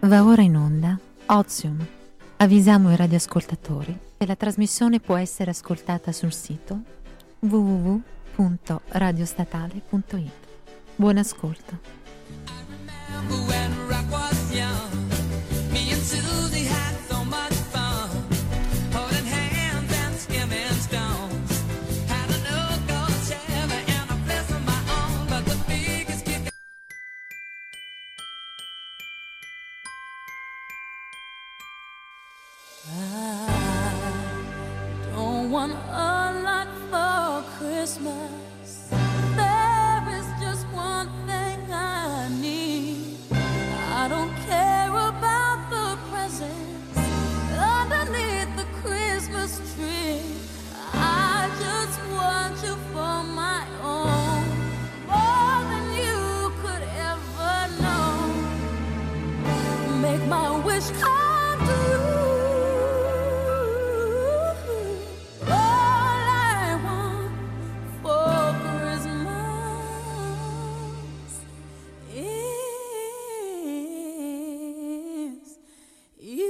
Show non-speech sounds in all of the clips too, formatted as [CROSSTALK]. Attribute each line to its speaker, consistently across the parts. Speaker 1: Va ora in onda Ozium. Avvisiamo i radioascoltatori che la trasmissione può essere ascoltata sul sito www.radiostatale.it. Buon ascolto.
Speaker 2: Don't want a lot for Christmas. There is just one thing I need. I don't care about the presents underneath the Christmas tree. I just want you for my own, more than you could ever know. Make my wish come true. All I want for Christmas is you. Yeah.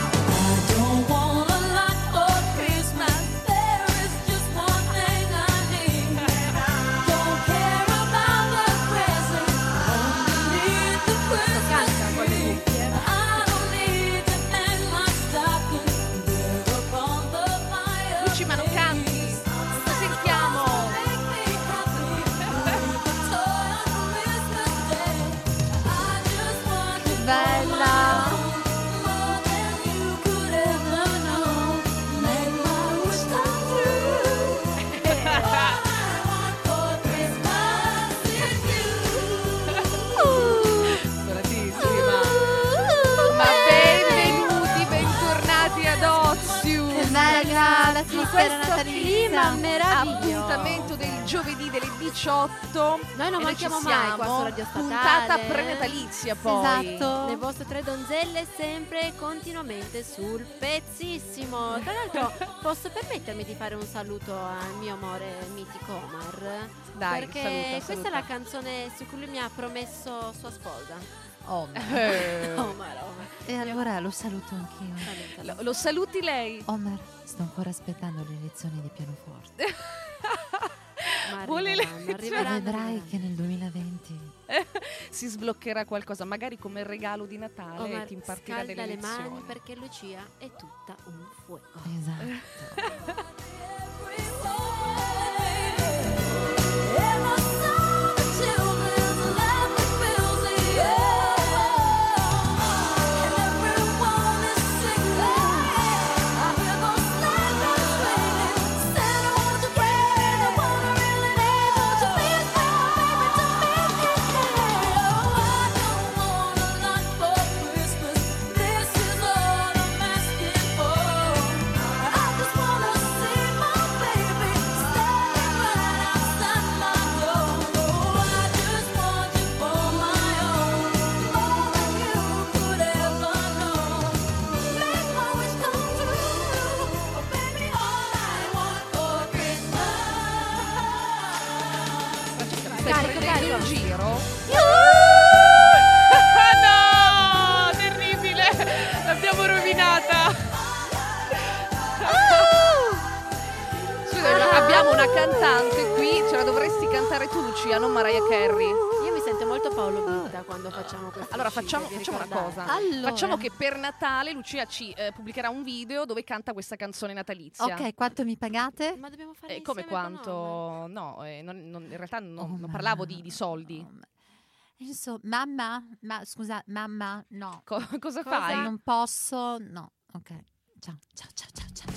Speaker 2: I don't want a lot for Christmas. There is just one thing I need. Don't care about the presents underneath the Christmas tree. I don't need to hang my stocking there upon the fire.
Speaker 3: Luci Manocampi, sentiamo.
Speaker 2: Che
Speaker 3: bella. Bravissima. Ma benvenuti, bentornati ad Ozium.
Speaker 4: Che bella la
Speaker 3: In
Speaker 4: sfera
Speaker 3: questo clima
Speaker 4: natalizia
Speaker 3: meraviglioso. Appuntamento del giovedì delle 18.
Speaker 4: Noi non
Speaker 3: E ci
Speaker 4: manchiamo mai qua
Speaker 3: siamo.
Speaker 4: su Radio Statale.
Speaker 3: Puntata prenatalizia poi.
Speaker 4: Esatto. Le vostre tre donzelle sempre e continuamente sul pezzissimo. Tra l'altro,
Speaker 3: [LAUGHS]
Speaker 4: posso permettermi di fare un saluto al mio amore mitico Omar?
Speaker 3: Dai,
Speaker 4: perché
Speaker 3: saluta,
Speaker 4: questa
Speaker 3: saluta.
Speaker 4: è la canzone su cui lui mi ha promesso sua sposa.
Speaker 3: Eh,
Speaker 4: [LAUGHS] Omar, Omar.
Speaker 1: E allora lo saluto anch'io.
Speaker 4: Salutalo.
Speaker 3: lo, lo saluti lei.
Speaker 1: Omar, sto ancora aspettando le lezioni di pianoforte.
Speaker 4: Ma
Speaker 3: Vuole
Speaker 4: arriveranno,
Speaker 3: le-
Speaker 4: arriveranno,
Speaker 1: Vedrai
Speaker 4: arriveranno.
Speaker 1: che nel 2020
Speaker 3: Si sbloccherà qualcosa, magari come regalo di Natale
Speaker 4: Omar,
Speaker 3: ti impartirà
Speaker 4: scalda
Speaker 3: delle
Speaker 4: le
Speaker 3: lezioni.
Speaker 4: mani perché Lucia è tutta un fuoco.
Speaker 1: Esatto.
Speaker 2: This is all I'm asking for. I just wanna see my baby standing right outside my door. Oh, I just want you for my own, more than you could ever know. Make my wish come true, oh baby, all I want for Christmas.
Speaker 3: Stai
Speaker 4: Carico,
Speaker 3: prendendo in
Speaker 4: carico.
Speaker 3: giro? Ah, no! Terribile! L'abbiamo rovinata! Ah! Scusa, ma abbiamo una cantante qui, ce la dovresti cantare tu, Lucia, non Mariah Carey.
Speaker 4: Io mi sento molto Paolo Bitta quando facciamo questo.
Speaker 3: Allora facciamo, facciamo una cosa.
Speaker 1: Allora.
Speaker 3: Facciamo che per Natale Lucia ci eh, pubblicherà un video dove canta questa canzone natalizia.
Speaker 1: Ok, quanto mi pagate?
Speaker 4: Ma dobbiamo fare
Speaker 3: Eh, come
Speaker 4: insieme con Omar.
Speaker 3: quanto? No, eh, non- non- in realtà non,
Speaker 1: Oh,
Speaker 3: non
Speaker 1: ma-
Speaker 3: parlavo di, di soldi.
Speaker 1: Oh, ma- Insomma, mamma, ma scusa, mamma, no.
Speaker 3: Co- cosa,
Speaker 4: Cosa?
Speaker 3: fai?
Speaker 1: Non posso, no. Ok. Ciao, ciao, ciao, ciao, ciao.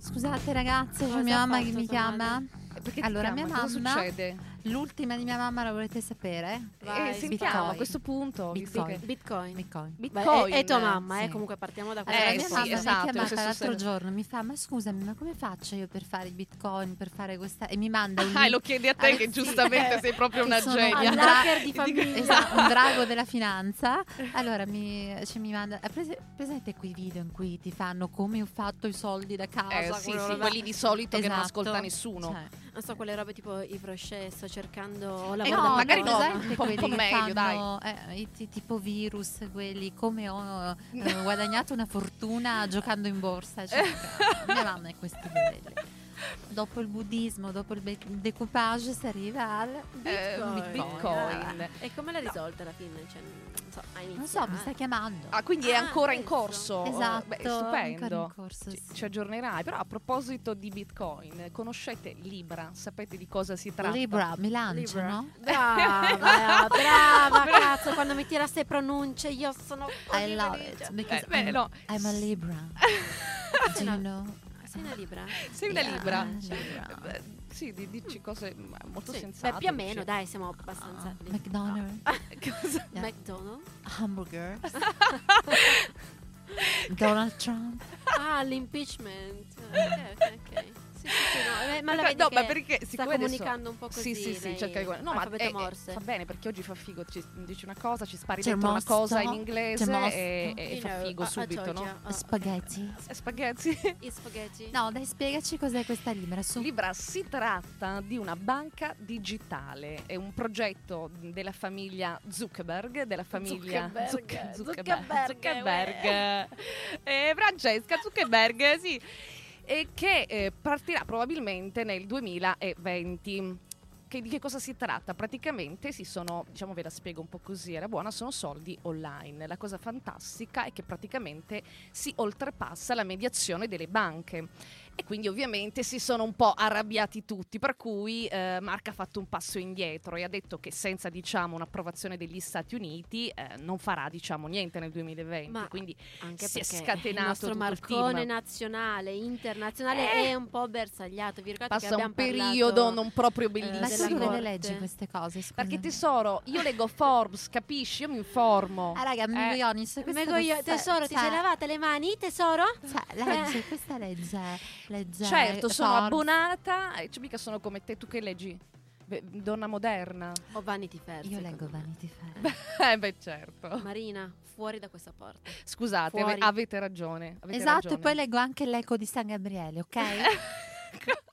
Speaker 1: Scusate ragazze,
Speaker 4: Cosa
Speaker 1: c'è mia
Speaker 4: ha
Speaker 1: mamma
Speaker 4: fatto
Speaker 1: che mi
Speaker 4: tua
Speaker 1: chiama.
Speaker 3: Perché ti
Speaker 1: Allora,
Speaker 3: chiama?
Speaker 1: mia
Speaker 3: Cosa
Speaker 1: mamma-
Speaker 3: succede?
Speaker 1: L'ultima di mia mamma la volete sapere?
Speaker 4: Vai,
Speaker 3: Eh,
Speaker 4: Bitcoin.
Speaker 3: sentiamo a questo punto. visto
Speaker 1: Bitcoin.
Speaker 3: che-
Speaker 4: Bitcoin.
Speaker 1: Bitcoin.
Speaker 4: Beh,
Speaker 3: Bitcoin.
Speaker 4: è, è tua mamma, eh,
Speaker 1: Sì.
Speaker 4: comunque partiamo da
Speaker 1: Allora,
Speaker 3: Eh,
Speaker 4: questo.
Speaker 1: mia
Speaker 3: sì,
Speaker 1: mamma
Speaker 3: esatto,
Speaker 1: mi ha
Speaker 3: questo
Speaker 1: chiamata
Speaker 3: è
Speaker 1: l'altro
Speaker 3: successo.
Speaker 1: giorno, mi fa "Ma scusami, ma come faccio io per fare i Bitcoin, per fare questa?" e mi manda
Speaker 3: [LAUGHS] Ah,
Speaker 1: un
Speaker 3: e
Speaker 1: link
Speaker 3: lo chiedi a te
Speaker 1: Ah,
Speaker 3: che
Speaker 1: sì.
Speaker 3: giustamente sei proprio
Speaker 1: Che
Speaker 3: una
Speaker 1: sono
Speaker 3: genia.
Speaker 1: un
Speaker 4: hacker di
Speaker 3: Ti dico- [LAUGHS]
Speaker 4: famiglia.
Speaker 1: Esatto, un drago della finanza. Allora mi, cioè, mi manda. È prese- presente quei video in cui ti fanno come ho fatto i soldi da casa?
Speaker 3: Eh, sì,
Speaker 1: quello
Speaker 3: sì,
Speaker 1: là?
Speaker 3: quelli di solito che non
Speaker 1: Esatto.
Speaker 3: ascolta nessuno.
Speaker 1: Cioè,
Speaker 4: [LAUGHS] non so, quelle robe tipo Yves Rocher, sto cercando, ho
Speaker 3: Eh,
Speaker 4: lavorato
Speaker 3: no,
Speaker 4: a
Speaker 3: magari no.
Speaker 4: Bologna.
Speaker 3: un po'
Speaker 1: esatto, quelli che
Speaker 3: meglio,
Speaker 1: fanno, eh, i ti- tipo virus, quelli come ho eh, guadagnato una fortuna giocando in borsa.
Speaker 3: [LAUGHS]
Speaker 1: Cioè, mia mamma è questi livelli. Dopo il buddismo, dopo il be- decoupage si arriva al [LAUGHS]
Speaker 3: Bitcoin. eh, Bitcoin.
Speaker 4: E come l'ha risolta alla fine? Cioè, non so, ha
Speaker 1: Non so, mi sta
Speaker 4: iniziato.
Speaker 1: chiamando.
Speaker 3: Ah, quindi è
Speaker 4: Ah,
Speaker 3: ancora in
Speaker 4: questo.
Speaker 3: corso.
Speaker 1: esatto,
Speaker 3: Beh,
Speaker 1: ancora in
Speaker 3: stupendo.
Speaker 1: corso,
Speaker 3: Ci,
Speaker 1: sì.
Speaker 3: ci aggiornerai. Però a proposito di Bitcoin, conoscete Libra? Sapete di cosa si tratta?
Speaker 1: Libra, mi lancio,
Speaker 4: Libra.
Speaker 1: no?
Speaker 4: eh. Brava, brava, cazzo, quando mi tira ste pronunce io sono
Speaker 1: I
Speaker 4: così
Speaker 1: love
Speaker 4: felice.
Speaker 1: it. Because
Speaker 3: Eh, beh,
Speaker 1: I'm,
Speaker 3: no.
Speaker 1: I'm
Speaker 3: [LAUGHS]
Speaker 1: a Libra. Do you
Speaker 4: no.
Speaker 1: know?
Speaker 4: Sei una libra?
Speaker 3: [LAUGHS] Sei una
Speaker 1: Yeah,
Speaker 3: Libra.
Speaker 1: Libra.
Speaker 3: Eh, Sì, di- dici cose mm, molto
Speaker 4: Sì.
Speaker 3: sensate.
Speaker 4: Beh, più o
Speaker 3: dici.
Speaker 4: meno, dai, siamo
Speaker 1: Ah,
Speaker 4: abbastanza lì.
Speaker 1: McDonald's,
Speaker 3: [LAUGHS] Cosa-
Speaker 1: Yeah.
Speaker 4: McDonald's?
Speaker 1: hamburger, [LAUGHS] Donald Trump.
Speaker 4: Ah, l'impeachment. Ok, ok, ok. Sì, sì, sì, no, eh, ma la vedi
Speaker 3: no,
Speaker 4: che
Speaker 3: ma perché
Speaker 4: sta
Speaker 3: siccome adesso-
Speaker 4: comunicando un po' così.
Speaker 3: Sì, sì, sì,
Speaker 4: lei,
Speaker 3: cerca di guardare. No, ma
Speaker 4: alfabeto
Speaker 3: eh, eh,
Speaker 4: morse.
Speaker 3: fa bene perché oggi fa figo, ci- dici una cosa, ci spari
Speaker 1: C'è
Speaker 3: dentro una
Speaker 1: mosto,
Speaker 3: cosa in
Speaker 1: c'è
Speaker 3: inglese e,
Speaker 1: mosto.
Speaker 3: e
Speaker 4: You
Speaker 3: fa
Speaker 4: know,
Speaker 3: figo
Speaker 4: I- I
Speaker 3: subito,
Speaker 4: told you.
Speaker 3: no?
Speaker 4: Ah, ok.
Speaker 1: Spaghetti.
Speaker 3: Eh, Spaghetti.
Speaker 4: I spaghetti.
Speaker 1: No, dai, spiegaci cos'è questa Libra. Su.
Speaker 3: Libra si tratta di una banca digitale, è un progetto della famiglia Zuckerberg, della famiglia Zuc-
Speaker 4: Zuckerberg, Zuckerberg,
Speaker 3: Zuckerberg. [LAUGHS] Eh, Francesca Zuckerberg, sì, e che eh, partirà probabilmente nel 2020. Che- di che cosa si tratta? Praticamente si sono, diciamo ve la spiego un po' così, era buona, sono soldi online. La cosa fantastica è che praticamente si oltrepassa la mediazione delle banche. E quindi ovviamente si sono un po' arrabbiati tutti, per cui eh, Mark ha fatto un passo indietro e ha detto che senza diciamo, un'approvazione degli Stati Uniti eh, non farà diciamo, niente nel 2020.
Speaker 4: Ma
Speaker 3: quindi
Speaker 4: Anche
Speaker 3: si è
Speaker 4: perché
Speaker 3: scatenato
Speaker 4: il nostro
Speaker 3: tutto il
Speaker 4: marcone
Speaker 3: team.
Speaker 4: nazionale, internazionale
Speaker 3: Eh.
Speaker 4: è un po' bersagliato. Vi ricordate che
Speaker 3: passa un
Speaker 4: abbiamo
Speaker 3: periodo
Speaker 4: parlato-
Speaker 3: non proprio
Speaker 1: Ma
Speaker 4: eh,
Speaker 1: tu
Speaker 4: della
Speaker 1: dove
Speaker 3: bellissimo.
Speaker 1: le
Speaker 4: corte.
Speaker 1: leggi queste cose? Scusa.
Speaker 3: Perché tesoro, io leggo Forbes, capisci? Io mi informo.
Speaker 1: Ah, raga, Miglioni, se questa
Speaker 4: Eh, Mego io, tesoro, ti sei lavata le mani, tesoro?
Speaker 1: Cioè,
Speaker 4: [LAUGHS]
Speaker 1: legge, questa legge, legge.
Speaker 3: certo, sono
Speaker 1: Forbes.
Speaker 3: abbonata, e cioè, mica sono come te, tu che leggi? Beh, donna moderna.
Speaker 4: O Vanity Fair?
Speaker 1: Io
Speaker 4: secondo
Speaker 1: leggo
Speaker 4: me.
Speaker 1: Vanity Fair.
Speaker 3: Eh beh certo.
Speaker 4: Marina, fuori da questa porta.
Speaker 3: Scusate, ave-
Speaker 4: Fuori.
Speaker 3: avete ragione. avete
Speaker 1: Esatto,
Speaker 3: ragione.
Speaker 1: e poi leggo anche l'eco di San Gabriele,
Speaker 4: [LAUGHS]
Speaker 1: ok?
Speaker 3: [LAUGHS]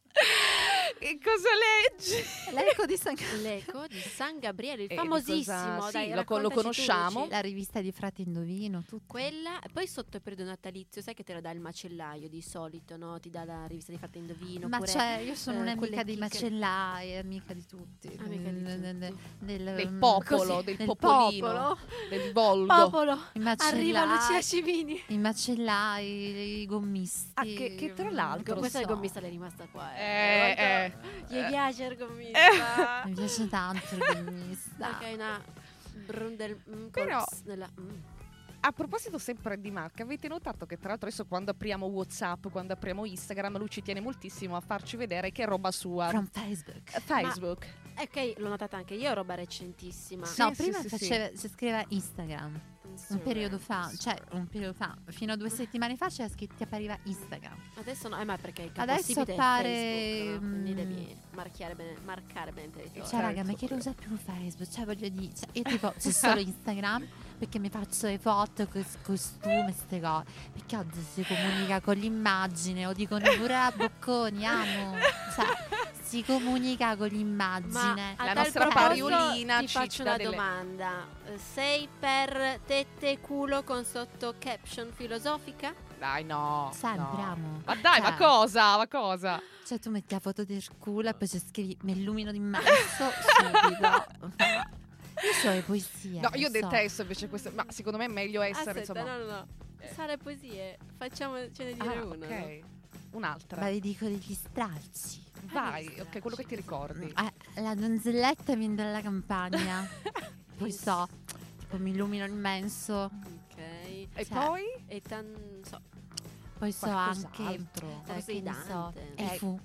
Speaker 3: che cosa leggi?
Speaker 1: l'eco di San Gabriele.
Speaker 4: L'eco di San Gabriele, il
Speaker 3: Eh,
Speaker 4: famosissimo.
Speaker 3: cosa- sì,
Speaker 4: dai,
Speaker 3: lo- lo
Speaker 4: raccontaci tu,
Speaker 3: conosciamo.
Speaker 4: Luci.
Speaker 1: La rivista di Frate Indovino, tutto.
Speaker 4: Quella, e poi sotto il periodo natalizio, sai che te la dà il macellaio di solito, no? Ti dà la rivista di Fatta Indovino.
Speaker 1: Ma
Speaker 4: oppure-
Speaker 1: cioè, io sono
Speaker 4: eh,
Speaker 1: un'amica
Speaker 4: quelle
Speaker 1: dei
Speaker 4: chicche-
Speaker 1: macellai, amica di tutti.
Speaker 4: Amica di
Speaker 1: N- n-
Speaker 4: tutti.
Speaker 1: del,
Speaker 3: Del
Speaker 1: mm,
Speaker 3: popolo, del popolino, del volgo.
Speaker 4: popolo,
Speaker 1: I macellai.
Speaker 4: arriva Lucia Civini.
Speaker 1: I macellai, i gommisti.
Speaker 3: Ah, che- che tra l'altro-
Speaker 1: non
Speaker 4: Questa è
Speaker 1: so.
Speaker 4: il gommista, l'è rimasta qua.
Speaker 3: Eh, eh.
Speaker 4: Gli piace il gommista.
Speaker 1: Mi piace tanto il gommista.
Speaker 4: [LAUGHS] Ok, una brundel mm,
Speaker 3: Però-
Speaker 4: corps nella- mm.
Speaker 3: A proposito sempre di marca, avete notato che tra l'altro adesso quando apriamo Whatsapp, quando apriamo Instagram, lui ci tiene moltissimo a farci vedere che è roba sua.
Speaker 1: From Facebook.
Speaker 3: Eh, Facebook.
Speaker 4: Ok, l'ho notata anche io, roba recentissima.
Speaker 3: Sì,
Speaker 1: No, prima
Speaker 3: sì, sì.
Speaker 1: faceva- si scriveva Instagram. Un periodo fa, cioè un periodo fa, fino a due settimane fa c'era scritto ti appariva Instagram.
Speaker 4: Adesso no, eh, ma perché il
Speaker 1: Adesso
Speaker 4: capostipite è
Speaker 1: pare,
Speaker 4: Facebook, no? quindi
Speaker 1: mm,
Speaker 4: devi marchiare bene, marcare bene il territorio.
Speaker 1: Cioè, raga, ma
Speaker 3: certo.
Speaker 1: chi lo usa più Facebook? Cioè, voglio dire, cioè, io tipo
Speaker 3: [LAUGHS]
Speaker 1: c'è solo Instagram perché mi faccio le foto, cos- costume, queste cose. Perché oggi si comunica con l'immagine, o dicono pure a
Speaker 3: [LAUGHS]
Speaker 1: bocconi, amo. Cioè, si comunica con l'immagine.
Speaker 4: a
Speaker 3: La
Speaker 4: tal
Speaker 3: nostra
Speaker 4: proposito
Speaker 3: pariolina
Speaker 4: ti
Speaker 3: ci
Speaker 4: faccio
Speaker 3: dà
Speaker 4: una
Speaker 3: delle-
Speaker 4: domanda. Eh, Sei per tette e culo con sotto caption filosofica?
Speaker 3: Dai no.
Speaker 1: Sempre,
Speaker 3: no.
Speaker 1: amo.
Speaker 3: Ma dai, ma
Speaker 1: Cioè-
Speaker 3: cosa? Ma cosa?
Speaker 1: Cioè, tu metti la foto del culo e poi ci scrivi mi
Speaker 3: [LAUGHS]
Speaker 1: illumino di marzo subito. Io so le poesie.
Speaker 3: No, io
Speaker 1: lo so. Ah,
Speaker 3: detesto invece questo. Ma secondo me è meglio essere,
Speaker 4: Aspetta,
Speaker 3: insomma.
Speaker 4: no, no, no. Sare poesie, facciamocene dire
Speaker 3: Ah,
Speaker 4: una.
Speaker 3: ok. Un'altra.
Speaker 1: Ma vi dico degli stralci.
Speaker 3: Vai,
Speaker 4: Allora,
Speaker 3: ok, quello che ti ricordi.
Speaker 1: Ah, la donzelletta viene dalla
Speaker 4: [LAUGHS]
Speaker 1: campagna. Poi so, tipo mi illumino immenso.
Speaker 4: Ok. E
Speaker 3: E
Speaker 1: Cioè,
Speaker 3: poi?
Speaker 4: tan so.
Speaker 1: Poi so anche.
Speaker 3: Qualcos'altro.
Speaker 1: eh,
Speaker 4: Cose
Speaker 1: che ne so,
Speaker 4: Dante.
Speaker 1: e fu.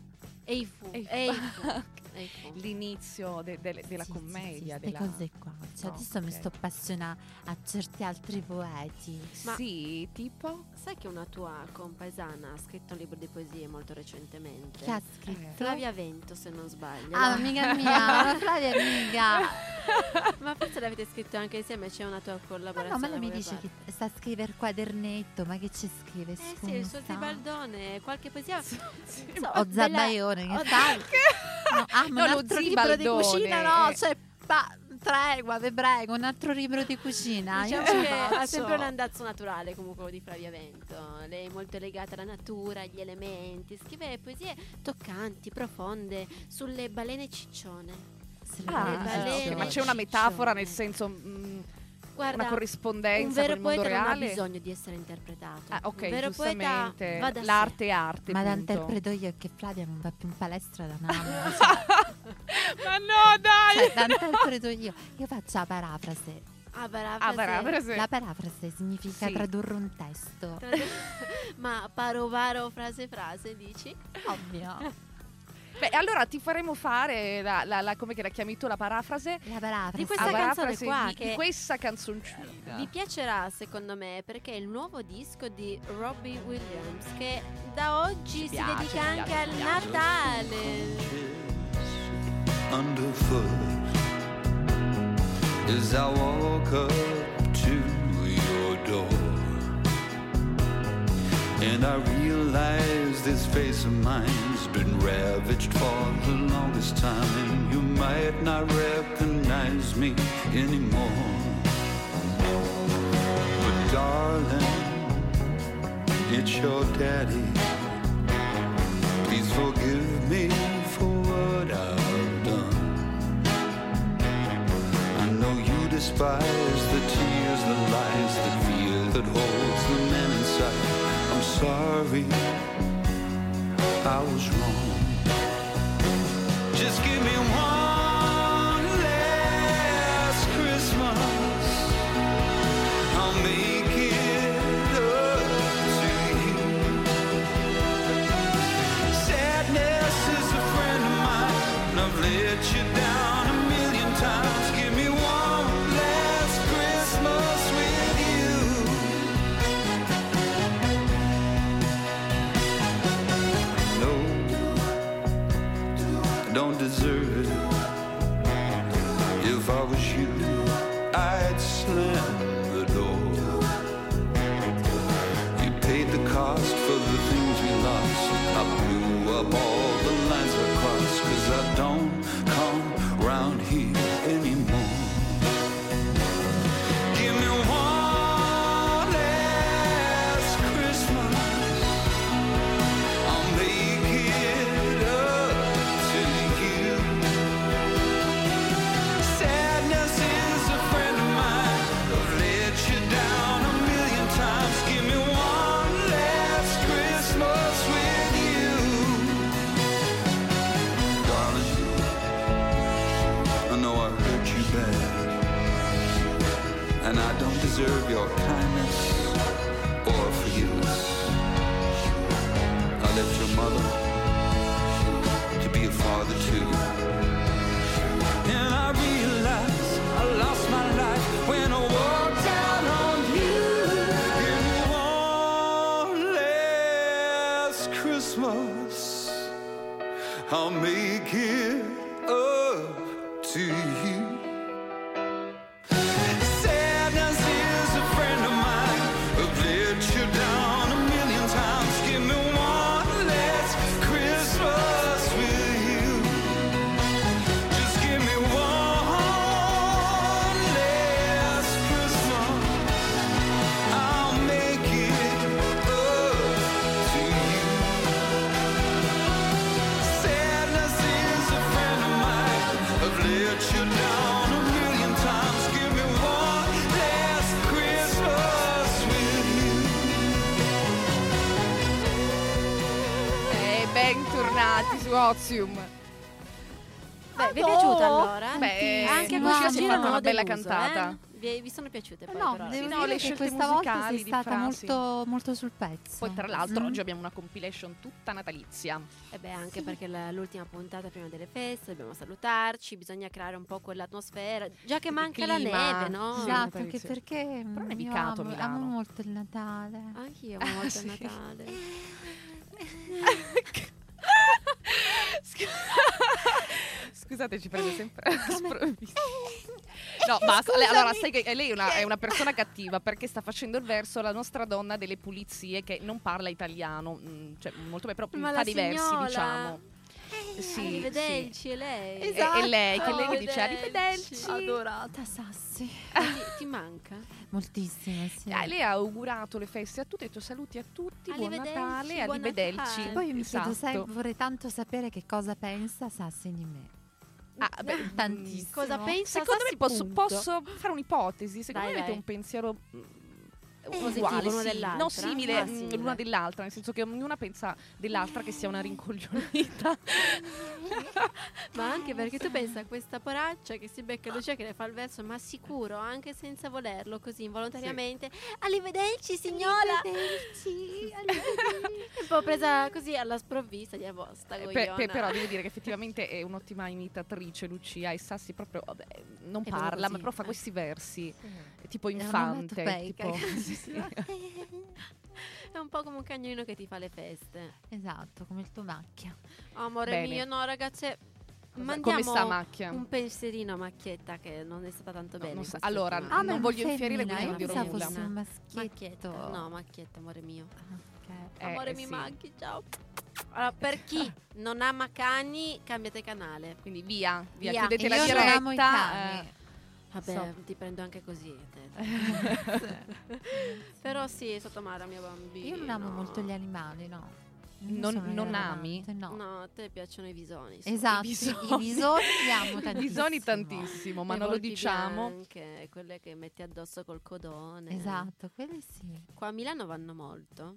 Speaker 4: Ehi fu,
Speaker 3: Ehi fu.
Speaker 4: ehi [LAUGHS] fu, ehi fu.
Speaker 3: L'inizio de- delle- della
Speaker 1: Sì, sì,
Speaker 3: commedia.
Speaker 1: sì, queste
Speaker 3: della...
Speaker 1: cose qua. Cioè,
Speaker 3: No,
Speaker 1: adesso mi
Speaker 3: ok.
Speaker 1: sto appassionando a certi altri poeti.
Speaker 4: Ma-
Speaker 3: Sì, tipo.
Speaker 4: Sai che una tua compaesana ha scritto un libro di poesie molto recentemente?
Speaker 1: Che ha scritto?
Speaker 4: Flavia Vento, se non sbaglio.
Speaker 1: Ah,
Speaker 3: [LAUGHS]
Speaker 1: amica mia, la Flavia è amica.
Speaker 3: Ah,
Speaker 4: Ma forse l'avete scritto anche insieme, c'è una tua
Speaker 1: Ma
Speaker 4: collaborazione.
Speaker 1: no, ma lei mi
Speaker 4: da
Speaker 1: dice
Speaker 4: quelle
Speaker 1: che sta a scrivere il quadernetto, ma che ci scrive?
Speaker 4: parti. Eh sì, il suo
Speaker 1: scusa?
Speaker 4: Zibaldone, qualche poesia.
Speaker 3: Sì, sì.
Speaker 4: So,
Speaker 1: O
Speaker 4: bella-
Speaker 1: Zabaione,
Speaker 4: o-
Speaker 1: che fa? no, ah, ma
Speaker 3: No,
Speaker 1: un
Speaker 3: lo
Speaker 1: altro libro di
Speaker 3: zibaldone.
Speaker 1: cucina, no? Cioè, pa- tregua, vi prego, un altro libro di cucina.
Speaker 4: Diciamo
Speaker 1: io ce
Speaker 4: che ha
Speaker 1: faccio.
Speaker 4: sempre un andazzo naturale comunque quello di Flavia Vento. Lei è molto legata alla natura, agli elementi. Scrive poesie toccanti, profonde, sulle balene ciccione.
Speaker 1: Se
Speaker 3: Ah,
Speaker 1: lo guardi,
Speaker 4: balene.
Speaker 1: faccio.
Speaker 3: ok, ma c'è una metafora nel senso mm,
Speaker 4: Guarda,
Speaker 3: una corrispondenza
Speaker 4: un vero
Speaker 3: con il mondo
Speaker 4: poeta non ha
Speaker 3: reale.
Speaker 4: bisogno di essere interpretato.
Speaker 3: Ah, ok,
Speaker 4: un vero poeta
Speaker 3: giustamente.
Speaker 4: va da sé.
Speaker 3: L'arte è arte.
Speaker 1: Ma la
Speaker 3: punto.
Speaker 1: interpreto io che Flavia non va più in palestra da un
Speaker 3: [LAUGHS]
Speaker 1: anno.
Speaker 3: Ma no, dai!
Speaker 1: Cioè, la interpreto io. Io faccio la parafrase.
Speaker 4: Ah, parafrasi.
Speaker 3: Ah, parafrase.
Speaker 1: La parafrase significa
Speaker 3: Sì.
Speaker 1: tradurre un testo.
Speaker 4: [LAUGHS] Ma parovaro frase frase dici?
Speaker 1: Ovvio.
Speaker 3: [LAUGHS] Beh, allora ti faremo fare la, la- la- come che la chiami tu la parafrase?
Speaker 1: La parafrase. Ah,
Speaker 4: Di questa
Speaker 3: La
Speaker 4: canzone
Speaker 3: parafrase
Speaker 4: qua,
Speaker 3: di, di
Speaker 4: che-
Speaker 3: questa canzoncina.
Speaker 4: Vi piacerà secondo me perché è il nuovo disco di Robbie Williams che da oggi si
Speaker 3: piace,
Speaker 4: dedica
Speaker 3: ci
Speaker 4: anche
Speaker 3: piace,
Speaker 4: al
Speaker 3: ci piace.
Speaker 4: Natale.
Speaker 5: underfoot as I walk up to your door. And I realize this face of mine's been ravaged for the longest time, and you might not recognize me anymore. But darling, it's your daddy. Please forgive me for what I've done. I know you despise the tears, the lies, the fear that holds the man inside. I'm sorry, I was wrong. Just give me one last Christmas. I'll make it up to you. Sadness is a friend of mine. I've let you down a million times. Give me one last Christmas with you. No, I don't deserve it. If I was you, I'd slam the door. You paid the cost for the things we lost. I blew up all the lines I crossed, cause I don't come round here anymore. Give me one last Christmas. I'll make it up to you. Sadness is a friend of mine. I've let you down a million times. Give me one last Christmas with you. Darling, I know I hurt you bad. And I don't deserve your kindness or forgiveness. I left your mother to be a father too. And I realized I lost my life when I walked out on you. Give me one last Christmas. I'll make it up to you. Sadness is a friend of mine. I've let you down a million times. Give me one last Christmas with you. Just give me one last Christmas. I'll make it up to you. Sadness is a friend of mine. I've let you down a million times. Give me one last Christmas with you.
Speaker 3: E Eh, bentornati su Ozium.
Speaker 4: Beh, vi è
Speaker 3: no!
Speaker 4: piaciuta allora?
Speaker 3: Beh,
Speaker 4: anche
Speaker 1: sì,
Speaker 4: questo
Speaker 1: no,
Speaker 4: giro
Speaker 1: ci
Speaker 4: non
Speaker 1: ha fatto
Speaker 4: ho
Speaker 3: una bella
Speaker 4: deluso,
Speaker 3: cantata.
Speaker 4: eh? Vi, vi sono piaciute poi
Speaker 1: No,
Speaker 4: però.
Speaker 1: devo
Speaker 3: Sì, no,
Speaker 1: dire
Speaker 3: le
Speaker 1: che
Speaker 3: scelte
Speaker 1: questa volta
Speaker 3: musicali
Speaker 1: sei
Speaker 3: di
Speaker 1: stata
Speaker 3: frasi.
Speaker 1: molto, molto sul pezzo.
Speaker 3: Poi tra l'altro
Speaker 1: Mm.
Speaker 3: oggi abbiamo una compilation tutta
Speaker 4: [LAUGHS]
Speaker 3: natalizia.
Speaker 4: E Eh beh, anche perché la- l'ultima puntata prima delle feste, dobbiamo salutarci, bisogna creare un po' quell'atmosfera, già che
Speaker 3: Il
Speaker 4: manca la
Speaker 3: clima.
Speaker 4: neve, no?
Speaker 3: Sì.
Speaker 1: Esatto,
Speaker 3: Natalizia.
Speaker 1: anche perché mm,
Speaker 3: Però è
Speaker 1: io
Speaker 3: nevicato a
Speaker 1: amo,
Speaker 3: Milano.
Speaker 1: amo molto il Natale.
Speaker 4: Anch'io amo
Speaker 3: [LAUGHS]
Speaker 4: molto
Speaker 3: sì.
Speaker 4: il Natale.
Speaker 3: Ah. Scu- [LAUGHS] Scusateci, prende sempre [LAUGHS] sprovviste. [LAUGHS] No,
Speaker 1: Eh,
Speaker 3: basta. Lei- Allora,
Speaker 1: scusami.
Speaker 3: sai che eh, lei è una, è una persona cattiva perché sta facendo il verso la nostra donna delle pulizie che non parla italiano, mm, cioè molto bene, però
Speaker 4: Ma
Speaker 3: fa
Speaker 4: la
Speaker 3: diversi,
Speaker 4: signola?
Speaker 3: diciamo. Sì, sì.
Speaker 4: Arrivederci, è lei.
Speaker 3: E- E lei che lei che dice
Speaker 4: Arrivederci.
Speaker 3: arrivederci.
Speaker 1: Adorata Sassi.
Speaker 4: Ti, ti manca?
Speaker 1: Moltissimo, sì.
Speaker 3: Ah, lei ha augurato le feste a tutti, ha detto saluti a tutti, buon
Speaker 4: Arrivederci,
Speaker 3: Natale,
Speaker 4: buon
Speaker 3: arrivederci.
Speaker 4: Natale.
Speaker 1: Poi mi
Speaker 3: Esatto.
Speaker 1: chiedo, sai, vorrei tanto sapere che cosa pensa Sassi di me.
Speaker 3: Ah, beh,
Speaker 1: Tantissimo.
Speaker 4: Cosa pensa?
Speaker 3: Secondo me
Speaker 4: Sassi,
Speaker 3: posso,
Speaker 4: punto.
Speaker 3: posso fare un'ipotesi. Secondo
Speaker 4: Dai,
Speaker 3: me avete
Speaker 4: dai.
Speaker 3: un pensiero mm,
Speaker 4: Positivo,
Speaker 3: uguale,
Speaker 4: uno
Speaker 3: sì.
Speaker 4: dell'altra?
Speaker 3: no, simile
Speaker 4: Ah,
Speaker 3: mm,
Speaker 4: simile.
Speaker 3: l'una dell'altra, nel senso che ognuna pensa dell'altra che sia una [LAUGHS] rincoglionita.
Speaker 4: Ma anche perché tu pensa a questa poraccia che si becca Lucia che le fa il verso, ma sicuro, anche senza volerlo, così involontariamente. Arrivederci signora! Arrivederci! [LAUGHS] Un po' presa così alla sprovvista di "Ah, vostra
Speaker 3: Eh, per- per- però devo dire che effettivamente è un'ottima imitatrice Lucia e Sassi proprio vabbè, non Eh.
Speaker 4: È proprio
Speaker 3: parla,
Speaker 4: così,
Speaker 3: ma però fa
Speaker 4: eh.
Speaker 3: questi versi tipo
Speaker 1: È
Speaker 3: infante,
Speaker 1: un'onomatopeica.
Speaker 3: tipo
Speaker 4: [LAUGHS]
Speaker 3: sì.
Speaker 4: Sì, sì. È un po' come un cagnolino che ti fa le feste.
Speaker 1: Esatto, come il tuo macchia.
Speaker 4: Oh, amore
Speaker 3: Bene.
Speaker 4: mio, no ragazze,
Speaker 3: Come
Speaker 4: mandiamo
Speaker 3: sta macchia?
Speaker 4: un pensierino a Macchietta che non è stata tanto bene.
Speaker 3: non
Speaker 4: in
Speaker 3: sa-
Speaker 4: questa
Speaker 3: allora,
Speaker 4: settimana.
Speaker 3: Ah, ma non è voglio una infierire, femmina,
Speaker 4: quindi
Speaker 1: io
Speaker 4: non dirò
Speaker 1: pensavo
Speaker 4: nulla.
Speaker 1: fosse un
Speaker 4: Macchietta,
Speaker 1: maschietto.
Speaker 4: no, Macchietta, amore mio.
Speaker 1: Ok.
Speaker 3: Eh,
Speaker 4: Amore,
Speaker 3: eh,
Speaker 4: mi
Speaker 3: sì.
Speaker 4: manchi, ciao. Allora, per chi non ama cani, cambiate canale.
Speaker 3: Quindi via, via,
Speaker 4: Via.
Speaker 3: chiudete
Speaker 1: E
Speaker 3: la
Speaker 1: io non
Speaker 3: diretta.
Speaker 1: amo i cani.
Speaker 3: eh.
Speaker 4: Vabbè,
Speaker 3: So.
Speaker 4: ti prendo anche così. te. Però sì, sottomare mio bambino.
Speaker 1: Io non amo molto gli animali, no. Io
Speaker 3: Non-
Speaker 1: sono
Speaker 3: non
Speaker 1: una
Speaker 3: ami?
Speaker 1: amante, No.
Speaker 4: No, a te piacciono i visoni. sì.
Speaker 1: Esatto,
Speaker 3: I
Speaker 1: i
Speaker 3: bisoni.
Speaker 1: bisogni li amo
Speaker 3: I
Speaker 1: tantissimo.
Speaker 3: [LAUGHS] bisogni tantissimo, ma
Speaker 4: [LAUGHS] Le
Speaker 3: non lo
Speaker 4: volpi
Speaker 3: diciamo.
Speaker 4: bianche, quelle che metti addosso col codone.
Speaker 1: Esatto, quelli sì.
Speaker 4: Qua a Milano vanno molto.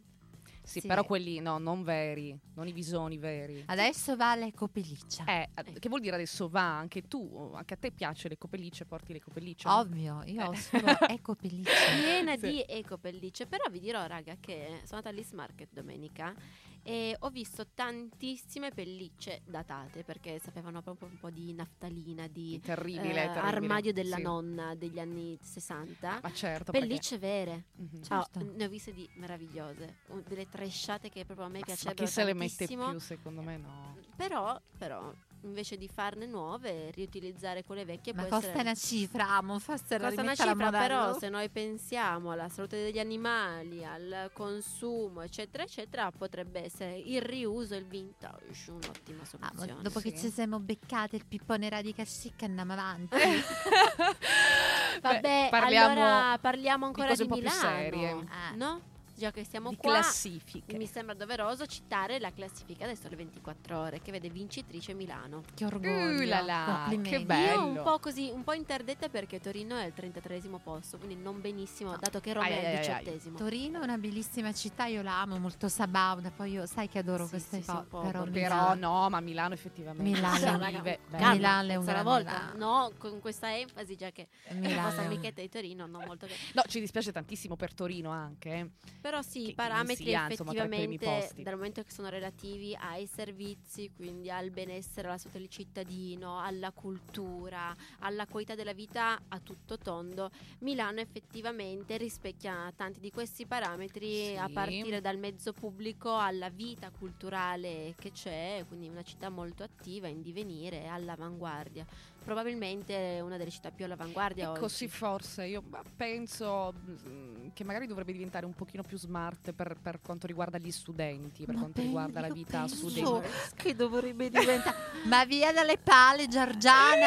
Speaker 3: Sì,
Speaker 1: Sì. Ah,
Speaker 3: però quelli no, non veri, non i visoni veri.
Speaker 1: Adesso vale copeliccia.
Speaker 3: Eh, ad- che vuol dire adesso va anche tu, anche a te piace le copelicce, porti le copelicce.
Speaker 1: Ovvio, io ho
Speaker 3: [LAUGHS]
Speaker 1: solo ecopeliccia.
Speaker 4: piena
Speaker 3: Sì.
Speaker 4: di ecopellicce. Però vi dirò, raga, che sono andata all'East Market domenica e ho visto tantissime pellicce datate perché sapevano proprio un po' di naftalina, di
Speaker 3: Terribile,
Speaker 4: eh,
Speaker 3: terribile.
Speaker 4: armadio della
Speaker 3: Sì.
Speaker 4: nonna degli anni 60.
Speaker 3: Ma certo, perché...
Speaker 4: Pellicce vere.
Speaker 3: Mhm.
Speaker 1: Cioè,
Speaker 4: Ciao,
Speaker 1: Certo.
Speaker 4: ne ho viste di meravigliose, un- delle tresciate che proprio a me
Speaker 3: Ma s-
Speaker 4: piacevano
Speaker 3: ma chi se le mette più, secondo me no.
Speaker 4: Però, però, invece di farne nuove, riutilizzare quelle vecchie
Speaker 1: Ma
Speaker 4: può
Speaker 1: costa
Speaker 4: essere
Speaker 1: una cifra, amo, forse la
Speaker 4: Costa una
Speaker 1: rimetta la
Speaker 4: cifra, però
Speaker 1: modello.
Speaker 4: se noi pensiamo alla salute degli animali, al consumo, eccetera, eccetera, potrebbe essere il riuso, il vintage, un'ottima
Speaker 1: Ah, ma
Speaker 4: soluzione.
Speaker 1: dopo che
Speaker 3: sì.
Speaker 1: ci siamo beccate il pippone radica chic andiamo avanti.
Speaker 4: [LAUGHS] [LAUGHS] Vabbè,
Speaker 3: Beh, parliamo
Speaker 4: allora parliamo
Speaker 3: di
Speaker 4: ancora
Speaker 3: cose un
Speaker 4: di,
Speaker 3: po' più
Speaker 4: Milano,
Speaker 3: serie.
Speaker 1: Eh.
Speaker 4: no? Già che siamo
Speaker 3: Di
Speaker 4: qua,
Speaker 3: classifiche.
Speaker 4: mi sembra doveroso citare la classifica adesso alle 24 ore che vede vincitrice Milano.
Speaker 1: Che orgoglio.
Speaker 3: Uh, la la,
Speaker 1: Complimenti.
Speaker 3: che bello.
Speaker 4: Io un po' così, un po' interdetta perché Torino è al 33 posto, quindi non benissimo, dato che Roma
Speaker 3: Ai, ai,
Speaker 4: è
Speaker 3: ai,
Speaker 4: al
Speaker 3: ai.
Speaker 4: 18
Speaker 1: Torino è una bellissima città, io la amo, molto sabauda, poi io sai che adoro
Speaker 4: Sì,
Speaker 1: queste
Speaker 4: sì, sì, un
Speaker 1: cose,
Speaker 4: po'
Speaker 1: però,
Speaker 4: borghese.
Speaker 3: Però
Speaker 1: Milano-
Speaker 3: no, ma Milano effettivamente
Speaker 1: Milano.
Speaker 3: si
Speaker 1: Sì,
Speaker 4: raga,
Speaker 3: vive
Speaker 4: calma,
Speaker 3: bene.
Speaker 1: Milano è un
Speaker 4: pensa alla
Speaker 1: grande
Speaker 4: volta.
Speaker 1: Milano.
Speaker 4: No, con questa enfasi già che la
Speaker 1: eh, Milano.
Speaker 4: vostra amichetta di Torino non molto che...
Speaker 3: No, ci dispiace tantissimo per Torino anche. eh.
Speaker 4: Però sì,
Speaker 3: Che-
Speaker 4: i
Speaker 3: che
Speaker 4: parametri
Speaker 3: sia, insomma, tra i primi
Speaker 4: effettivamente
Speaker 3: posti.
Speaker 4: dal momento che sono relativi ai servizi, quindi al benessere, alla salute del cittadino, alla cultura, alla qualità della vita a tutto tondo, Milano effettivamente rispecchia tanti di questi parametri
Speaker 3: Sì.
Speaker 4: a partire dal mezzo pubblico alla vita culturale che c'è, quindi una città molto attiva in divenire, all'avanguardia. Probabilmente una delle città più all'avanguardia
Speaker 3: Ecco
Speaker 4: oggi.
Speaker 3: sì, forse io ma, penso mm, che magari dovrebbe diventare un pochino più smart per, per quanto riguarda gli studenti, per
Speaker 1: Ma
Speaker 3: quanto
Speaker 1: ben-
Speaker 3: riguarda la
Speaker 1: io
Speaker 3: vita
Speaker 1: penso-
Speaker 3: studentesca.
Speaker 1: Che dovrebbe diventare... Ma via dalle palle,
Speaker 4: [LAUGHS]
Speaker 1: Giorgiana!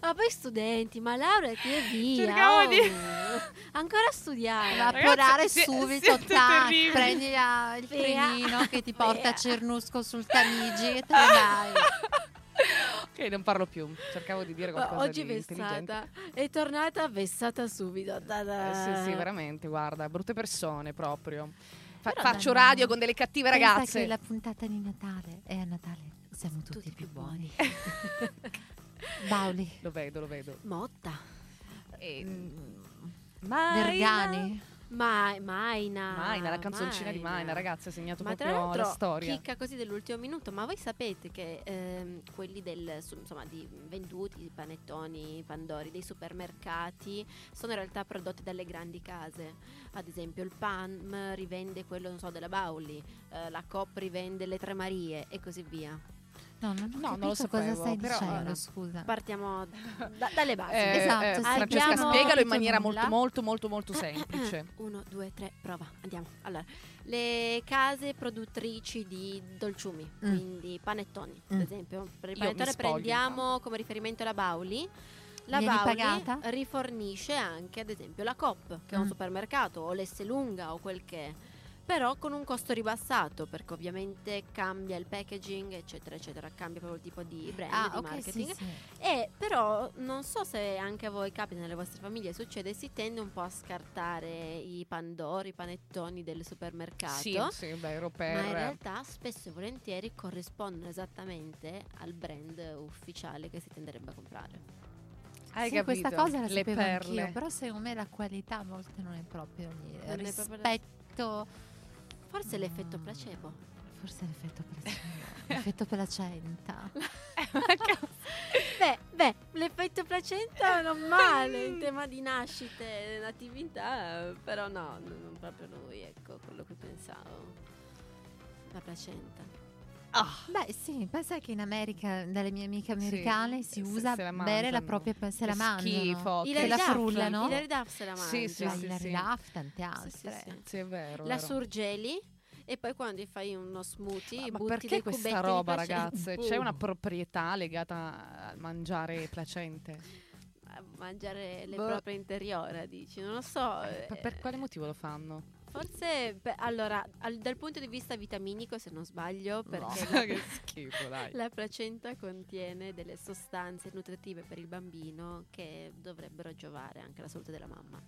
Speaker 4: Ma Ah, poi studenti, ma laurea che via. oh.
Speaker 3: Cercavo di-
Speaker 4: Ancora a studiare.
Speaker 1: Evaporare
Speaker 3: Ragazzi, sie-
Speaker 1: subito,
Speaker 3: siete
Speaker 1: tac,
Speaker 3: terribili.
Speaker 1: prendi la- il
Speaker 4: Vea.
Speaker 1: trenino che ti porta
Speaker 4: Vea.
Speaker 1: a Cernusco sul Tamigi e te
Speaker 4: [LAUGHS]
Speaker 1: ne vai.
Speaker 3: Eh, [LAUGHS] Ok, non parlo più, cercavo di dire
Speaker 4: Ma
Speaker 3: qualcosa
Speaker 4: oggi
Speaker 3: di intelligente.
Speaker 4: vessata. È tornata vessata subito.
Speaker 3: Eh, sì, sì, veramente, guarda, brutte persone proprio. Fa-
Speaker 1: Però
Speaker 3: faccio
Speaker 1: dai,
Speaker 3: radio con delle cattive
Speaker 1: Pensa
Speaker 3: ragazze.
Speaker 1: che la puntata di Natale e a Natale siamo tutti, più buoni.
Speaker 3: [LAUGHS]
Speaker 1: Bauli.
Speaker 3: Lo vedo, lo vedo. Ehm,
Speaker 4: Motta.
Speaker 3: E...
Speaker 1: Mm,
Speaker 3: Maina.
Speaker 1: Vergani.
Speaker 4: Ma- Maina.
Speaker 3: Maina, la canzoncina di Maina, ragazzi, ha segnato
Speaker 4: Ma tra
Speaker 3: Esatto, proprio la
Speaker 4: l'altro,
Speaker 3: storia.
Speaker 4: chicca così dell'ultimo minuto, ma voi sapete che ehm, quelli del, su- insomma, di venduti, i panettoni, i pandori, dei supermercati, sono in realtà prodotti dalle grandi case. Ad esempio il PAM rivende quello, non so, della Bauli, eh, la Coop rivende le Tre Marie e così via.
Speaker 1: No, non ho
Speaker 3: No, non
Speaker 1: capito
Speaker 3: lo
Speaker 1: cosa
Speaker 3: sapevo,
Speaker 1: stai
Speaker 3: però-
Speaker 1: dicendo,
Speaker 4: Allora.
Speaker 1: scusa.
Speaker 3: [LAUGHS]
Speaker 4: Partiamo da- dalle basi.
Speaker 3: Ah. Eh,
Speaker 1: Esatto,
Speaker 3: eh,
Speaker 1: sì.
Speaker 3: Francesca,
Speaker 4: Abbiamo
Speaker 3: spiegalo in
Speaker 1: capito
Speaker 3: maniera
Speaker 1: nulla.
Speaker 3: molto, molto, molto, molto semplice.
Speaker 4: Ah,
Speaker 1: [COUGHS]
Speaker 4: Uno, due, tre, prova, andiamo. Allora, le case produttrici di dolciumi, quindi panettoni,
Speaker 1: Mm.
Speaker 4: ad esempio. Per il
Speaker 3: Io mi
Speaker 4: panettone
Speaker 3: spoglio,
Speaker 4: prendiamo come riferimento la Bauli. La
Speaker 1: Vieni
Speaker 4: Bauli
Speaker 1: diciamo. pagata?
Speaker 4: rifornisce anche, ad esempio, la Coop, che è un
Speaker 1: Mm.
Speaker 4: supermercato, o l'Esselunga o quel che è. Però con un costo ribassato, perché ovviamente cambia il packaging, eccetera, eccetera, cambia proprio il tipo di brand,
Speaker 1: Ah,
Speaker 4: di
Speaker 1: ok, sì,
Speaker 4: marketing.
Speaker 1: sì.
Speaker 4: E Eh, però non so se anche a voi capita nelle vostre famiglie succede, si tende un po' a scartare i pandori, i panettoni del supermercato.
Speaker 3: Sì,
Speaker 1: Esatto.
Speaker 3: sì, vero,
Speaker 4: Ma in
Speaker 3: per...
Speaker 4: realtà spesso e volentieri corrispondono esattamente al brand ufficiale che si tenderebbe a comprare.
Speaker 3: Hai
Speaker 1: Sì,
Speaker 3: capito?
Speaker 1: questa cosa
Speaker 3: Le
Speaker 1: la sapevo
Speaker 3: perle. [LAUGHS]
Speaker 1: anch'io, però secondo me la qualità a volte non è proprio lì.
Speaker 4: è proprio la-
Speaker 1: rispetto...
Speaker 4: Forse
Speaker 1: Mm.
Speaker 4: l'effetto placebo.
Speaker 3: [LAUGHS]
Speaker 1: Forse l'effetto placenta. l'effetto
Speaker 3: [LAUGHS]
Speaker 1: placenta.
Speaker 4: Beh, beh, l'effetto placenta non
Speaker 3: [LAUGHS]
Speaker 4: male in tema di nascite, natività, però no, n- non proprio lui, ecco quello che pensavo. La placenta.
Speaker 1: Beh, sì, pensa che in America, dalle mie amiche
Speaker 3: Sì,
Speaker 1: americane, si
Speaker 3: se-
Speaker 1: usa
Speaker 3: se la
Speaker 1: bere la
Speaker 3: mangiano.
Speaker 1: propria pe- se la
Speaker 3: Che
Speaker 1: mangiano.
Speaker 3: schifo.
Speaker 1: Che
Speaker 3: Hilary
Speaker 1: la
Speaker 4: Duff,
Speaker 1: frullano.
Speaker 4: Hilary Duff se la mangia.
Speaker 3: Sì, sì,
Speaker 1: la
Speaker 3: sì,
Speaker 1: Hilary
Speaker 3: sì.
Speaker 1: Duff, tante altre.
Speaker 4: Sì, sì, sì.
Speaker 3: Sì, è vero.
Speaker 4: la
Speaker 3: vero.
Speaker 4: surgeli e poi quando fai uno
Speaker 3: Ma-
Speaker 4: smoothie
Speaker 3: ma
Speaker 4: butti
Speaker 3: perché
Speaker 4: dei cubetti
Speaker 3: questa
Speaker 4: di
Speaker 3: roba,
Speaker 4: placenta.
Speaker 3: ragazze? C'è una proprietà legata al mangiare placente?
Speaker 4: A mangiare le
Speaker 3: Boh.
Speaker 4: proprie interiora dici non lo so
Speaker 3: Eh, per, per
Speaker 4: eh,
Speaker 3: quale motivo lo fanno?
Speaker 4: forse beh, allora al- dal punto di vista vitaminico se non sbaglio
Speaker 3: [LAUGHS]
Speaker 4: perché
Speaker 3: No,
Speaker 4: [LAUGHS] la-
Speaker 3: che schifo, dai.
Speaker 4: la placenta contiene delle sostanze nutritive per il bambino che dovrebbero giovare anche alla salute della mamma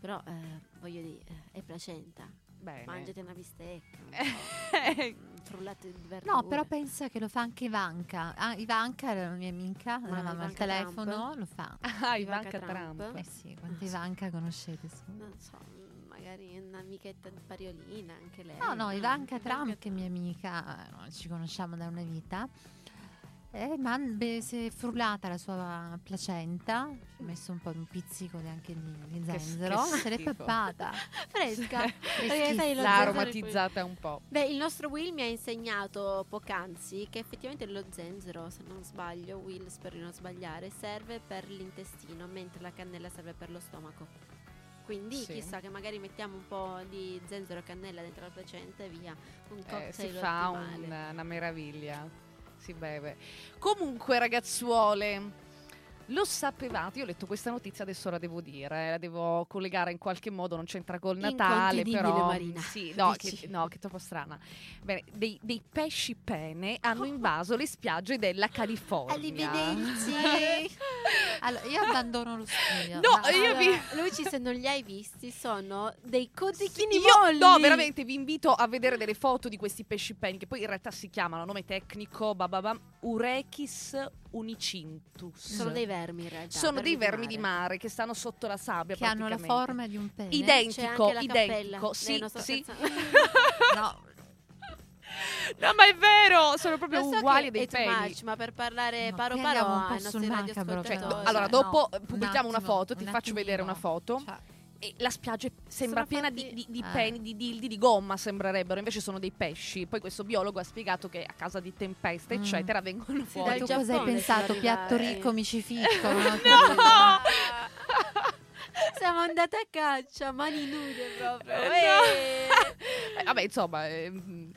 Speaker 4: però eh, voglio dire è placenta
Speaker 3: Bene.
Speaker 4: mangiate una bistecca un,
Speaker 3: Eh. [LAUGHS]
Speaker 4: po', un frullato di verdura
Speaker 1: No, però penso che lo fa anche Ivanka. Ah, Ivanka era una mia amica,
Speaker 4: Ma
Speaker 1: la mamma al
Speaker 4: Ivanka Trump?
Speaker 1: telefono, lo fa.
Speaker 3: Ah,
Speaker 4: Ivanka
Speaker 3: Ivanka
Speaker 4: Trump.
Speaker 3: Trump.
Speaker 1: Eh sì, quante Ivanka conoscete? scusa?
Speaker 4: non so, magari un'amichetta di Pariolina anche lei.
Speaker 1: No, no, Ivanka Trump, che è
Speaker 4: mi
Speaker 1: mia amica, eh, no, ci conosciamo da una vita. Eh, ma beh, si è frullata la sua placenta, ci ha messo un po' un pizzico di- anche di, di
Speaker 3: Che-
Speaker 1: zenzero,
Speaker 3: che
Speaker 1: se l'è
Speaker 3: schifo.
Speaker 1: peppata.
Speaker 4: fresca.
Speaker 1: [LAUGHS]
Speaker 4: Perché sai, lo
Speaker 3: L'ha
Speaker 4: zenzero è
Speaker 3: aromatizzata un po'.
Speaker 4: Beh, il nostro Will mi ha insegnato poc'anzi che effettivamente lo zenzero, se non sbaglio, Will, spero di non sbagliare, serve per l'intestino, mentre la cannella serve per lo stomaco. Quindi
Speaker 3: Sì.
Speaker 4: chissà che magari mettiamo un po' di zenzero e cannella dentro la placenta e via. Un cocktail
Speaker 3: Eh, si fa
Speaker 4: ottimale.
Speaker 3: un- una meraviglia. Si beve. Comunque, ragazzuole. Lo sapevate, io ho letto questa notizia, adesso la devo dire, eh, la devo collegare in qualche modo, non c'entra col Natale,
Speaker 4: Incontenibile,
Speaker 3: però...
Speaker 4: Marina, [LAUGHS]
Speaker 3: Sì, no,
Speaker 4: dici.
Speaker 3: che, no, che troppo strana. Bene, dei, dei pesci pene hanno invaso le spiagge della California.
Speaker 4: [LAUGHS]
Speaker 1: Arrivederci. Allora, io abbandono lo studio.
Speaker 3: No,
Speaker 1: ma-
Speaker 3: io vi-
Speaker 4: Luci, Ah, se non li hai visti, sono dei codichini molli.
Speaker 3: Io, no, veramente vi invito a vedere delle foto di questi pesci peni che poi in realtà si chiamano nome tecnico bababam, Urechis unicintus.
Speaker 1: Esatto.
Speaker 4: Sono dei vermi in realtà.
Speaker 3: Sono dei vermi di mare che stanno sotto la sabbia
Speaker 1: Che hanno la
Speaker 3: praticamente.
Speaker 1: forma di un pene.
Speaker 3: Identi-
Speaker 4: C'è
Speaker 3: Identico,
Speaker 4: anche la
Speaker 3: identico,
Speaker 4: cappella.
Speaker 3: sì,
Speaker 4: Eh, non sto
Speaker 3: sì.
Speaker 4: scherzando.
Speaker 1: No,
Speaker 3: [LAUGHS] No, ma è vero, sono proprio
Speaker 4: Lo so
Speaker 3: uguali
Speaker 4: che
Speaker 3: a dei
Speaker 4: è too
Speaker 3: peni.
Speaker 4: much, ma per parlare
Speaker 1: No,
Speaker 4: paro
Speaker 1: qui
Speaker 4: paro
Speaker 1: andiamo un po'
Speaker 4: ai nostri
Speaker 1: sul macabro,
Speaker 4: radioascoltatori.
Speaker 1: cioè,
Speaker 3: Do-
Speaker 1: no,
Speaker 3: allora,
Speaker 4: eh,
Speaker 1: no,
Speaker 3: dopo
Speaker 1: un
Speaker 3: pubblichiamo una
Speaker 1: attimo,
Speaker 3: foto, ti
Speaker 1: un
Speaker 3: faccio vedere una
Speaker 1: attimino.
Speaker 3: foto.
Speaker 1: Cioè,
Speaker 3: E la spiaggia sembra piena di-
Speaker 4: fatti-
Speaker 3: di, di
Speaker 1: Eh.
Speaker 3: peni, di dildi, di gomma sembrerebbero, invece sono dei pesci. Poi questo biologo ha spiegato che a causa di tempeste,
Speaker 1: Mm.
Speaker 3: eccetera, vengono
Speaker 4: dai,
Speaker 3: fuori.
Speaker 1: tu
Speaker 4: Giappone
Speaker 1: cosa hai
Speaker 4: deve
Speaker 1: pensato?
Speaker 4: arrivare.
Speaker 1: Piatto ricco, mi ci [LAUGHS] ficco. no? [LAUGHS]
Speaker 3: No!
Speaker 4: Siamo andate a caccia, mani nude proprio.
Speaker 3: Eh, no.
Speaker 4: Eh.
Speaker 3: Eh, Vabbè, insomma, ehm,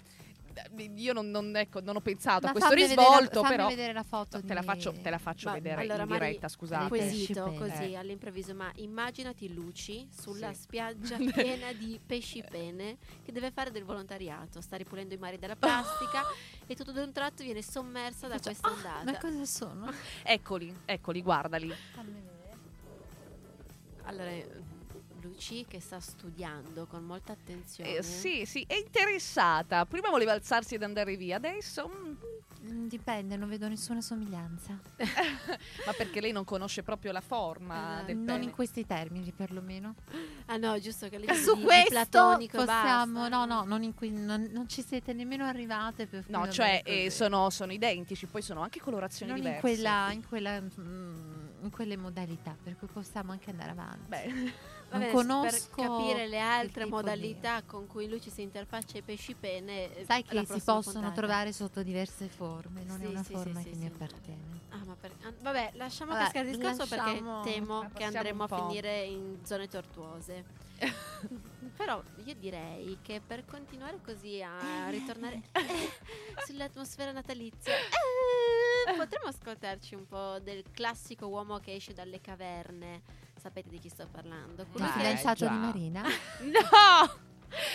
Speaker 3: io non, non- ecco, non ho pensato
Speaker 1: Ma
Speaker 3: a questo
Speaker 1: fammi vedere la-
Speaker 3: risvolto,
Speaker 1: fammi
Speaker 3: però
Speaker 1: vedere la foto
Speaker 3: te, la
Speaker 1: di-
Speaker 3: faccio, te la faccio
Speaker 4: Ma-
Speaker 3: vedere
Speaker 4: allora,
Speaker 3: in
Speaker 4: Mari,
Speaker 3: diretta, scusate.
Speaker 1: pesci
Speaker 4: Quesito
Speaker 1: pene.
Speaker 4: così
Speaker 3: Eh.
Speaker 4: all'improvviso, ma immaginati Luci sulla
Speaker 3: Sì.
Speaker 1: [LAUGHS]
Speaker 4: spiaggia piena di pesci
Speaker 1: Eh.
Speaker 4: pene che deve fare del volontariato, sta ripulendo i mari dalla plastica e tutto d'un tratto viene sommersa da
Speaker 1: Ah. Faccio-
Speaker 4: questa
Speaker 1: Ah, Ma
Speaker 4: ondata.
Speaker 1: cosa sono?
Speaker 3: Eh, Eccoli, eccoli, guardali.
Speaker 4: Allora, eh, Luci che sta studiando con molta attenzione.
Speaker 3: Eh, sì, sì, è interessata. Prima voleva alzarsi ed andare via, adesso...
Speaker 1: [LAUGHS]
Speaker 3: mm,
Speaker 1: Mm, Dipende, non vedo nessuna somiglianza.
Speaker 3: ma perché lei non conosce proprio la forma
Speaker 4: Eh,
Speaker 3: del
Speaker 1: non
Speaker 3: pene.
Speaker 1: in questi termini, perlomeno.
Speaker 4: Ah no, giusto che lei
Speaker 1: Su
Speaker 4: di,
Speaker 1: questo
Speaker 4: di platonico e
Speaker 1: possiamo.
Speaker 4: basta.
Speaker 1: No, no, non, in cui- non- non ci siete nemmeno arrivate. Per
Speaker 3: No,
Speaker 1: cui
Speaker 3: cioè
Speaker 1: vabbè, così.
Speaker 3: eh, sono, sono identici, poi sono anche colorazioni
Speaker 1: Non in
Speaker 3: diverse.
Speaker 1: [LAUGHS] quella, in quella, mm, in quelle modalità, per cui possiamo anche andare avanti.
Speaker 3: Beh,
Speaker 4: Va bene,
Speaker 1: non conosco
Speaker 4: per capire le altre
Speaker 1: il tipo di-
Speaker 4: modalità con cui lui ci si interfaccia ai pesci pene. eh,
Speaker 1: Sai
Speaker 4: la
Speaker 1: che si
Speaker 4: prossima
Speaker 1: possono
Speaker 4: puntata.
Speaker 1: trovare sotto diverse forme, non è
Speaker 4: Sì,
Speaker 1: una
Speaker 4: sì, sì,
Speaker 1: forma che
Speaker 4: sì,
Speaker 1: mi
Speaker 4: sì.
Speaker 1: appartiene.
Speaker 4: Ah, ma per- ah, Vabbè, lasciamo
Speaker 1: Vabbè,
Speaker 4: cascare il discorso
Speaker 1: lasciamo-
Speaker 4: perché temo che
Speaker 3: passiamo
Speaker 4: andremo
Speaker 3: un
Speaker 4: a
Speaker 3: po'.
Speaker 4: finire in zone tortuose. Però io direi che per continuare così a ritornare sull'atmosfera natalizia,
Speaker 1: Cioè,
Speaker 4: eh, potremmo ascoltarci un po' del classico uomo che esce dalle caverne. Sapete di chi sto parlando?
Speaker 1: Il
Speaker 4: Quello
Speaker 3: Vai.
Speaker 4: che
Speaker 1: fidanzato
Speaker 3: Eh, già.
Speaker 1: di
Speaker 3: [LAUGHS]
Speaker 1: Marina?
Speaker 3: No! [LAUGHS]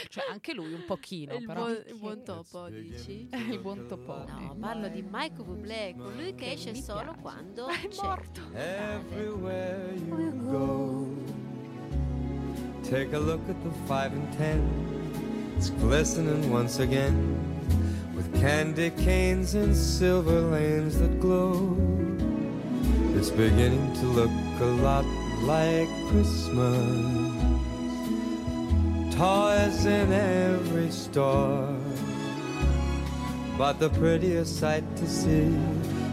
Speaker 3: Cioè, anche lui un pochino,
Speaker 4: il,
Speaker 3: però.
Speaker 4: buon, il buon topo, dici?
Speaker 3: [LAUGHS] Il buon topone.
Speaker 4: No, parlo di Michael Bublé, colui che esce
Speaker 3: mi
Speaker 4: solo
Speaker 3: piace.
Speaker 4: quando
Speaker 3: È
Speaker 4: c'è
Speaker 3: morto.
Speaker 4: Natale.
Speaker 6: Everywhere you go, take a look at the five and ten. It's glistening once again with candy canes and silver lanes that glow. It's beginning to look a lot like Christmas. Toys in every store. But the prettiest sight to see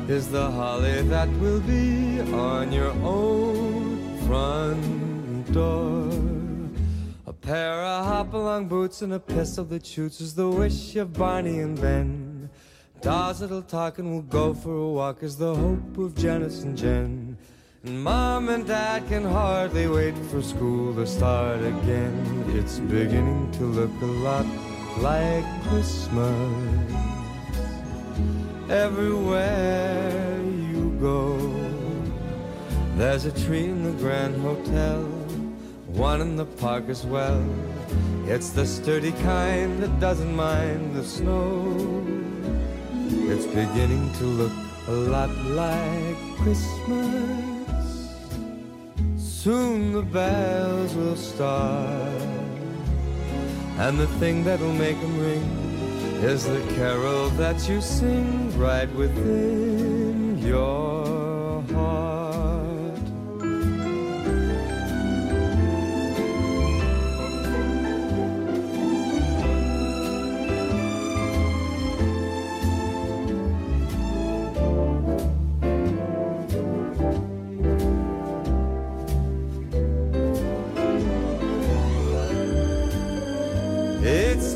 Speaker 6: is the holly that will be on your own front door. A pair of hopalong boots and a pistol that shoots is the wish of Barney and Ben. Dolls that'll talk and will go for a walk is the hope of Janice and Jen. And Mom and Dad can hardly wait for school to start again. It's beginning to look a lot like Christmas everywhere you go. There's a tree in the Grand Hotel, one in the park as well. It's the sturdy kind that doesn't mind the snow. It's beginning to look a lot like Christmas. Soon the bells will start, and the thing that'll make 'em ring is the carol that you sing right within your heart. It's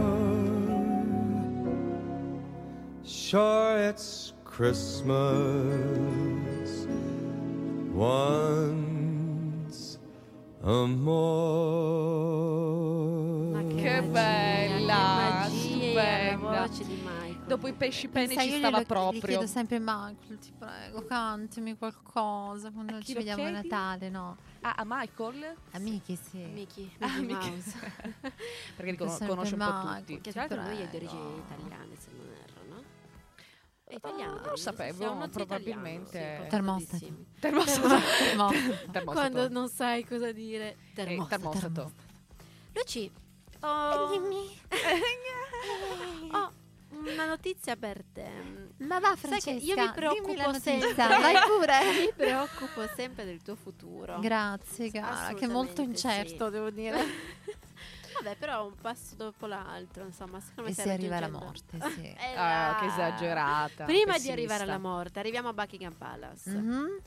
Speaker 6: Sure, it's Christmas once a more.
Speaker 4: Ma
Speaker 3: Che
Speaker 4: Ah, magia,
Speaker 3: bella,
Speaker 4: che magia,
Speaker 3: stupenda.
Speaker 4: la voce di Michael.
Speaker 3: Dopo i pesci pene
Speaker 1: Sai,
Speaker 3: ci
Speaker 1: io
Speaker 3: stava
Speaker 1: glielo- gli
Speaker 3: proprio.
Speaker 1: chiedo sempre Michael, ti prego, eh, cantami qualcosa quando
Speaker 3: chi
Speaker 1: ci
Speaker 3: lo
Speaker 1: vediamo a
Speaker 3: chiedi?
Speaker 1: Natale, no?
Speaker 3: Ah, a Michael?
Speaker 1: Amiche, sì.
Speaker 4: Mickey,
Speaker 3: Ah,
Speaker 4: Mickey
Speaker 3: Mickey.
Speaker 4: [LAUGHS] Mouse.
Speaker 3: Perché li
Speaker 1: Io
Speaker 3: con-
Speaker 1: sempre
Speaker 3: conosce un po'
Speaker 1: Michael.
Speaker 3: tutti. Certo,
Speaker 4: Che tra l'altro lui è di
Speaker 1: Prego.
Speaker 4: origini italiane, se non erro, no? È
Speaker 3: Ah,
Speaker 4: italiano.
Speaker 3: non lo sapevo,
Speaker 4: Sia uno zio
Speaker 3: probabilmente.
Speaker 4: italiano, sì,
Speaker 1: Termostato.
Speaker 4: forse di
Speaker 3: Termostato.
Speaker 4: [LAUGHS]
Speaker 3: [LAUGHS]
Speaker 1: Morto.
Speaker 4: sì.
Speaker 3: Termostato.
Speaker 4: Ah, Quando non sai cosa dire,
Speaker 3: Eh,
Speaker 4: termostato. Oh.
Speaker 3: termostato.
Speaker 4: Luci, [LAUGHS] ho, ho una notizia per te.
Speaker 1: Ma va
Speaker 4: Sai che
Speaker 1: Francesca,
Speaker 4: io mi
Speaker 1: dimmi la
Speaker 4: preoccupo sempre.
Speaker 1: notizia, [LAUGHS] vai pure.
Speaker 4: [LAUGHS] Mi preoccupo sempre del tuo [LAUGHS] futuro.
Speaker 1: Grazie, cara, che è molto
Speaker 4: Assolutamente sì.
Speaker 1: incerto, devo dire.
Speaker 4: [LAUGHS] Vabbè, però un passo dopo l'altro, insomma, secondo me
Speaker 1: E
Speaker 4: stai
Speaker 1: se arriva la
Speaker 4: raggiungendo- [LAUGHS]
Speaker 1: morte, sì.
Speaker 3: [LAUGHS]
Speaker 4: Eh
Speaker 3: Ah,
Speaker 4: là.
Speaker 3: che esagerata.
Speaker 4: Prima di
Speaker 3: pessimista.
Speaker 4: arrivare alla morte, arriviamo a Buckingham Palace.
Speaker 1: Mhm.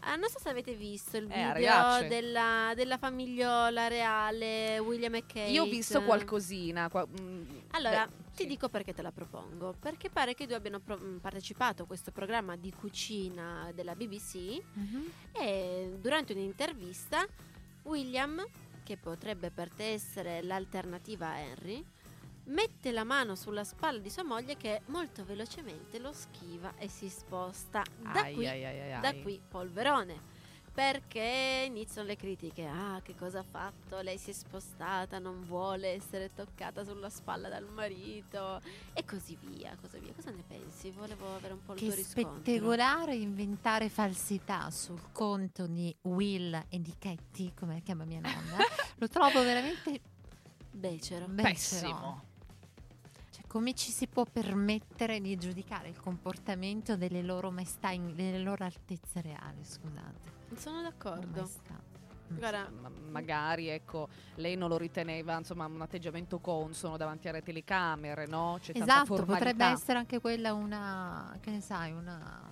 Speaker 4: Ah, non so se avete visto il
Speaker 3: Eh,
Speaker 4: video
Speaker 3: ragazze.
Speaker 4: della, della famigliola reale William e Kate.
Speaker 3: Io ho visto qualcosina. qua- mm,
Speaker 4: Allora,
Speaker 3: beh,
Speaker 4: ti
Speaker 3: sì.
Speaker 4: dico perché te la propongo. Perché pare che i due abbiano pro- mh, partecipato a questo programma di cucina della BBC
Speaker 1: Mhm.
Speaker 4: e durante un'intervista William, che potrebbe per te essere l'alternativa a Henry, mette la mano sulla spalla di sua moglie che molto velocemente lo schiva e si sposta. Da
Speaker 3: Ai,
Speaker 4: qui
Speaker 3: ai, ai, ai,
Speaker 4: da
Speaker 3: ai.
Speaker 4: qui polverone perché iniziano le critiche ah che cosa ha fatto lei si è spostata non vuole essere toccata sulla spalla dal marito e così via così via cosa ne pensi volevo avere un po' il
Speaker 1: Che
Speaker 4: tuo riscontro
Speaker 1: spettacolare inventare falsità sul conto di Will e di Katie, come
Speaker 4: [LAUGHS]
Speaker 1: la chiama mia nonna. Lo trovo veramente
Speaker 4: becero
Speaker 1: becero.
Speaker 3: Pessimo.
Speaker 1: Cioè, come ci si può permettere di giudicare il comportamento delle loro maestà, in- delle loro altezze reali, scusate.
Speaker 4: Sono
Speaker 1: O
Speaker 4: d'accordo.
Speaker 1: maestà. Mm.
Speaker 4: Guarda,
Speaker 3: Ma- magari ecco, lei non lo riteneva insomma un atteggiamento consono davanti alle telecamere, no? C'è tanta
Speaker 1: Esatto, potrebbe
Speaker 3: formalità.
Speaker 1: essere anche quella una, che ne sai, una...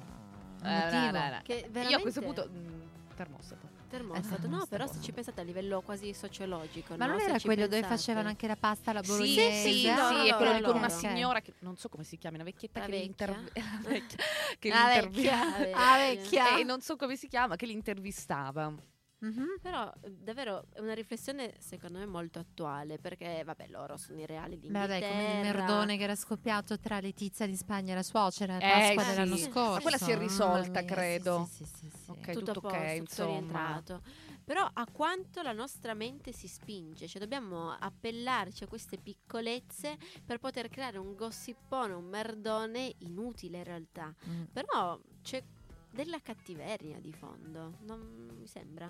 Speaker 1: un
Speaker 3: Eh,
Speaker 1: motivo.
Speaker 3: no, no, no.
Speaker 4: che veramente
Speaker 3: Io a questo punto mm, termostato.
Speaker 4: termostato. No,
Speaker 1: termostato.
Speaker 4: però se ci pensate a livello quasi sociologico,
Speaker 1: Ma
Speaker 4: no?
Speaker 1: non
Speaker 4: Se
Speaker 1: era
Speaker 4: ci
Speaker 1: quello dove
Speaker 4: pensate.
Speaker 1: facevano anche la pasta alla
Speaker 3: Sì,
Speaker 1: bolognese? Ah,
Speaker 3: sì, sì,
Speaker 4: no,
Speaker 3: è
Speaker 4: no,
Speaker 3: quello
Speaker 4: no,
Speaker 3: lì con
Speaker 4: no.
Speaker 3: una
Speaker 1: Ok.
Speaker 3: signora che non so come si chiama, una vecchietta
Speaker 4: La
Speaker 3: che li
Speaker 4: vecchia.
Speaker 3: interv- [LAUGHS] la vecchia, che
Speaker 4: La
Speaker 3: li
Speaker 4: vecchia,
Speaker 3: intervi-
Speaker 4: la
Speaker 3: [LAUGHS]
Speaker 1: Ah,
Speaker 4: vecchia.
Speaker 1: vecchia.
Speaker 3: e non so come si chiama, che li intervistava. Ah,
Speaker 1: Mhm.
Speaker 4: Però eh, davvero è una riflessione secondo me molto attuale perché vabbè loro sono i reali di
Speaker 1: Beh, vabbè, come il merdone che era scoppiato tra Letizia di Spagna e la suocera a
Speaker 3: Eh,
Speaker 1: Pasqua
Speaker 3: sì.
Speaker 1: dell'anno
Speaker 4: Ma
Speaker 1: scorso.
Speaker 3: quella si è
Speaker 1: Mamma
Speaker 3: risolta,
Speaker 1: mia, sì,
Speaker 3: credo.
Speaker 1: Sì, sì, sì, sì.
Speaker 3: Ok,
Speaker 4: tutto, a
Speaker 3: tutto
Speaker 4: posto,
Speaker 3: ok,
Speaker 4: tutto
Speaker 3: insomma.
Speaker 4: rientrato. Però a quanto la nostra mente si spinge, cioè dobbiamo appellarci a queste piccolezze per poter creare un gossipone, un merdone inutile in realtà.
Speaker 1: Mm.
Speaker 4: Però c'è della cattiveria di fondo, non mi sembra.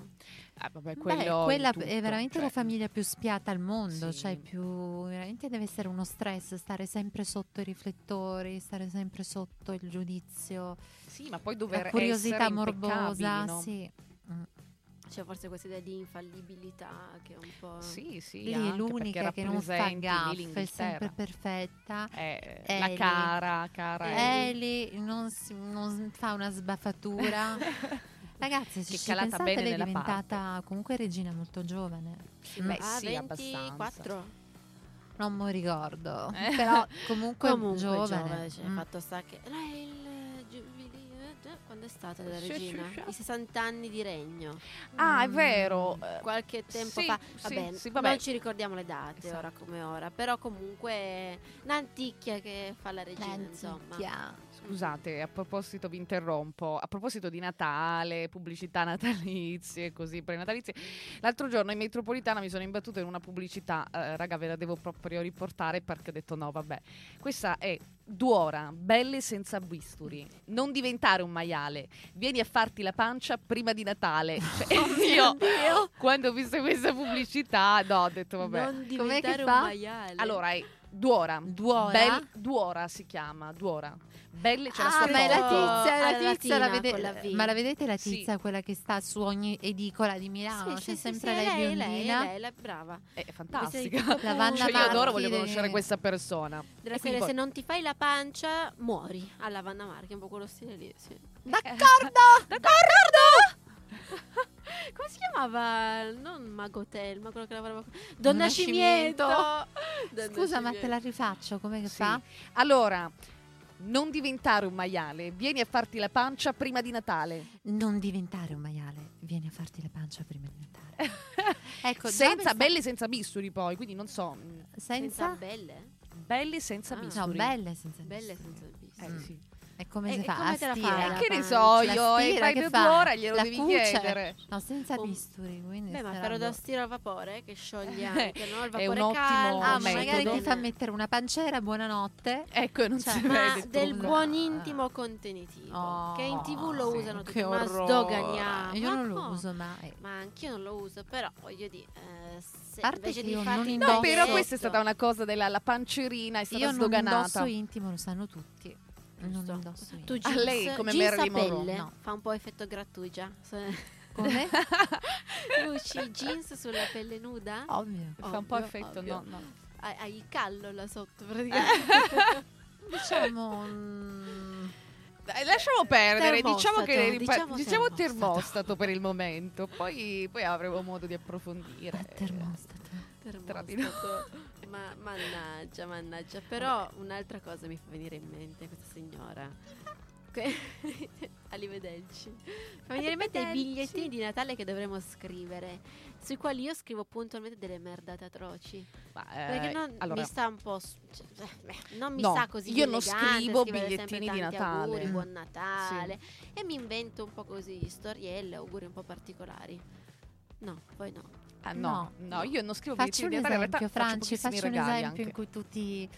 Speaker 3: Ah, vabbè,
Speaker 1: Beh,
Speaker 3: quello in
Speaker 1: quella
Speaker 3: tutto,
Speaker 1: è veramente
Speaker 3: cioè,
Speaker 1: la famiglia più spiata al mondo,
Speaker 3: Sì.
Speaker 1: cioè più veramente deve essere uno stress stare sempre sotto i riflettori, stare sempre sotto il giudizio,
Speaker 3: mm, Sì, ma poi dover
Speaker 1: la curiosità
Speaker 3: essere
Speaker 1: morbosa,
Speaker 3: impeccabili, no?
Speaker 1: sì. Mm.
Speaker 4: C'è forse questa idea di infallibilità che è un po'...
Speaker 3: Sì, sì,
Speaker 1: Lì
Speaker 3: anche
Speaker 1: è
Speaker 3: perché
Speaker 1: l'unica che non fa
Speaker 3: rappresenti lì
Speaker 1: gaffe, è sempre
Speaker 3: l'Inghilterra.
Speaker 1: perfetta.
Speaker 3: Eh,
Speaker 1: Eh,
Speaker 3: la
Speaker 1: lì. Eh,
Speaker 3: cara, cara Ellie.
Speaker 1: Eli non, si- non fa
Speaker 3: [LAUGHS]
Speaker 1: una sbaffatura. Ragazzi, se
Speaker 3: Che
Speaker 1: ci
Speaker 3: calata
Speaker 1: pensate
Speaker 3: bene
Speaker 1: lei è
Speaker 3: nella
Speaker 1: diventata comunque regina molto giovane. Mm.
Speaker 3: beh,
Speaker 4: Ah,
Speaker 3: Eh sì,
Speaker 4: 24.
Speaker 1: Non mi ricordo,
Speaker 3: Eh.
Speaker 1: però comunque,
Speaker 4: Comunque
Speaker 1: giovane.
Speaker 4: cioè,
Speaker 1: Mm.
Speaker 4: fatto sta che lei il giubileo, eh, quando è stata la
Speaker 3: Sì, sì,
Speaker 4: regina?
Speaker 3: sì.
Speaker 4: I 60 anni di regno.
Speaker 3: Ah, è
Speaker 1: Mm.
Speaker 3: vero. eh,
Speaker 4: Qualche tempo
Speaker 3: sì,
Speaker 4: fa,
Speaker 3: sì,
Speaker 4: vabbè,
Speaker 3: sì, vabbè.
Speaker 4: non ci ricordiamo le date
Speaker 3: Esatto.
Speaker 4: ora come ora, però comunque l'anticchia che fa la regina, insomma.
Speaker 1: L'antichia.
Speaker 3: Scusate, a proposito vi interrompo, a proposito di Natale, pubblicità natalizie, così prenatalizie, l'altro giorno in metropolitana mi sono imbattuta in una pubblicità, eh, raga ve la devo proprio riportare perché ho detto no vabbè, questa è Duora, belle senza bisturi, non diventare un maiale, vieni a farti la pancia prima di
Speaker 4: [LAUGHS]
Speaker 3: Natale. Cioè, [LAUGHS]
Speaker 4: Oh
Speaker 3: io quando ho visto questa pubblicità, no, ho detto vabbè.
Speaker 4: Non
Speaker 1: che
Speaker 4: diventare un
Speaker 1: fa?
Speaker 4: maiale.
Speaker 3: Allora è Duora.
Speaker 1: Duora?
Speaker 3: Bel- Duora si chiama, Duora. Belle, c'è la sua
Speaker 4: Ah,
Speaker 1: ma è
Speaker 3: foto.
Speaker 1: la tizia, è la
Speaker 4: alla
Speaker 1: tizia, la
Speaker 4: latina,
Speaker 1: vede-
Speaker 4: con la V.
Speaker 1: ma la vedete la
Speaker 3: Sì.
Speaker 1: tizia, quella che sta su ogni edicola di
Speaker 4: sì,
Speaker 1: Milano?
Speaker 4: sì,
Speaker 1: C'è
Speaker 4: sì,
Speaker 1: sempre
Speaker 4: sì,
Speaker 1: lei,
Speaker 4: lei,
Speaker 1: biondina.
Speaker 4: lei, lei, lei, brava.
Speaker 3: È
Speaker 4: Mi
Speaker 3: fantastica.
Speaker 4: sei
Speaker 1: La Vanna
Speaker 3: Cioè, io adoro, voglio
Speaker 1: Marchi
Speaker 3: conoscere
Speaker 1: de-
Speaker 3: questa persona.
Speaker 4: Della
Speaker 3: E quindi
Speaker 4: serie,
Speaker 3: poi-
Speaker 4: se non ti fai la pancia, muori. Alla Vanna Marchi, un po' quello stile lì, sì.
Speaker 1: [LAUGHS] D'accordo!
Speaker 4: [LAUGHS] Come si chiamava? Non Magotel, ma quello che lavorava con... Don Nascimento! Don
Speaker 1: Scusa, ma te
Speaker 4: Nascimento.
Speaker 1: la rifaccio, come che
Speaker 3: Sì.
Speaker 1: fa?
Speaker 3: Allora, non diventare un maiale, vieni a farti la pancia prima di Natale.
Speaker 1: Non diventare un maiale, vieni a farti la pancia prima di
Speaker 4: [LAUGHS]
Speaker 1: Natale. [LAUGHS] Ecco, già
Speaker 3: senza,
Speaker 1: questa-
Speaker 3: belle senza bisturi poi, quindi non so, mh,
Speaker 1: senza,
Speaker 4: belle?
Speaker 3: belli senza
Speaker 4: Ah.
Speaker 1: No, Mm.
Speaker 3: bisturi.
Speaker 1: belle senza
Speaker 4: Belle
Speaker 1: bisturi.
Speaker 4: senza
Speaker 3: Eh,
Speaker 4: bisturi.
Speaker 3: sì.
Speaker 1: E come
Speaker 4: E-
Speaker 1: si
Speaker 4: e
Speaker 1: fa?
Speaker 4: come
Speaker 1: La
Speaker 4: te la
Speaker 1: stira.
Speaker 4: fai la
Speaker 3: Eh, che ne so
Speaker 4: pancia,
Speaker 1: La
Speaker 3: io, e
Speaker 1: stira,
Speaker 3: fai
Speaker 1: che
Speaker 3: due
Speaker 1: fa?
Speaker 3: ore, glielo
Speaker 1: La
Speaker 3: devi
Speaker 1: cuce.
Speaker 3: chiedere.
Speaker 1: No, senza
Speaker 4: Oh,
Speaker 1: bisturi, quindi
Speaker 4: Beh, ma il
Speaker 1: saranno-
Speaker 4: perodostiro a vapore che [LAUGHS] scioglie
Speaker 3: Eh,
Speaker 4: anche, no?
Speaker 3: è
Speaker 4: Il vapore
Speaker 3: un ottimo
Speaker 4: caldo.
Speaker 1: Ah, ma
Speaker 3: metodo.
Speaker 1: magari ti fa mettere una panciera, buonanotte.
Speaker 3: Ecco, non
Speaker 1: Cioè,
Speaker 3: si
Speaker 1: ma
Speaker 4: [LAUGHS]
Speaker 3: vede.
Speaker 4: Ma
Speaker 3: il
Speaker 4: del
Speaker 3: trucco.
Speaker 4: buon intimo contenitivo,
Speaker 1: Oh,
Speaker 4: che in tv lo
Speaker 1: sì,
Speaker 4: usano
Speaker 1: che
Speaker 4: tutti, ma
Speaker 1: orrore.
Speaker 4: sdoganiamo.
Speaker 1: Io
Speaker 4: Ma
Speaker 1: non lo
Speaker 4: come?
Speaker 1: uso mai.
Speaker 4: Ma anch'io non lo uso, però voglio dire, eh, se
Speaker 1: parte
Speaker 4: invece
Speaker 1: che
Speaker 4: di
Speaker 1: io
Speaker 4: farti
Speaker 1: non
Speaker 4: indosso-
Speaker 3: No,
Speaker 1: indosso-
Speaker 3: però questa è stata una cosa della la pancerina, è stata
Speaker 1: Io non
Speaker 3: sdoganata.
Speaker 1: indosso intimo, lo sanno tutti. Non
Speaker 4: Giusto.
Speaker 1: indosso
Speaker 4: Tu
Speaker 1: intimo.
Speaker 4: jeans,
Speaker 3: lei come
Speaker 4: jeans
Speaker 3: Marilyn
Speaker 4: a
Speaker 3: Monroe,
Speaker 4: pelle
Speaker 1: no.
Speaker 4: fa un po' effetto grattugia. [LAUGHS] Se-
Speaker 1: Come?
Speaker 4: Luci jeans sulla pelle
Speaker 1: [LAUGHS]
Speaker 4: nuda?
Speaker 3: Oh.
Speaker 1: Ovvio.
Speaker 3: Fa un po'
Speaker 4: Ovvio,
Speaker 3: effetto,
Speaker 4: ovvio.
Speaker 3: no, no.
Speaker 4: Hai, hai il callo
Speaker 3: [LAUGHS]
Speaker 4: là sotto praticamente.
Speaker 1: [LAUGHS] Diciamo... mm,
Speaker 3: Dai, lasciamo perdere, diciamo
Speaker 4: Termostato,
Speaker 3: che diciamo,
Speaker 4: diciamo
Speaker 3: diciamo
Speaker 4: termostato.
Speaker 3: termostato per il momento, poi, poi avremo modo di approfondire.
Speaker 1: eh, termostato.
Speaker 3: Tra di noi.
Speaker 4: Termostato. Ma mannaggia, mannaggia. Però un'altra cosa mi fa venire in mente questa signora. Que- [LAUGHS] Arrivederci. Fa venire in mente i
Speaker 1: Arrivederci.
Speaker 4: bigliettini di Natale che dovremmo scrivere, sui quali io scrivo puntualmente delle merdate atroci.
Speaker 3: Ma, eh,
Speaker 4: Perché non
Speaker 3: allora,
Speaker 4: mi sta un po'. s- cioè, beh, non mi
Speaker 3: No,
Speaker 4: sta così.
Speaker 3: io non
Speaker 4: elegante
Speaker 3: scrivo
Speaker 4: scrivere sempre
Speaker 3: bigliettini di
Speaker 4: tanti
Speaker 3: Natale.
Speaker 4: Auguri,
Speaker 1: Mm.
Speaker 4: buon Natale. E mi invento un po' così storielle, auguri un po' particolari. No, poi no.
Speaker 3: ah, no, no,
Speaker 1: no.
Speaker 3: io non scrivo bigliettini
Speaker 1: Faccio un
Speaker 3: di Natale, in realtà
Speaker 1: esempio, Franci,
Speaker 3: pochissimi
Speaker 1: faccio un
Speaker 3: regali
Speaker 1: esempio
Speaker 3: [LAUGHS]
Speaker 1: in
Speaker 3: anche.
Speaker 1: cui tu ti...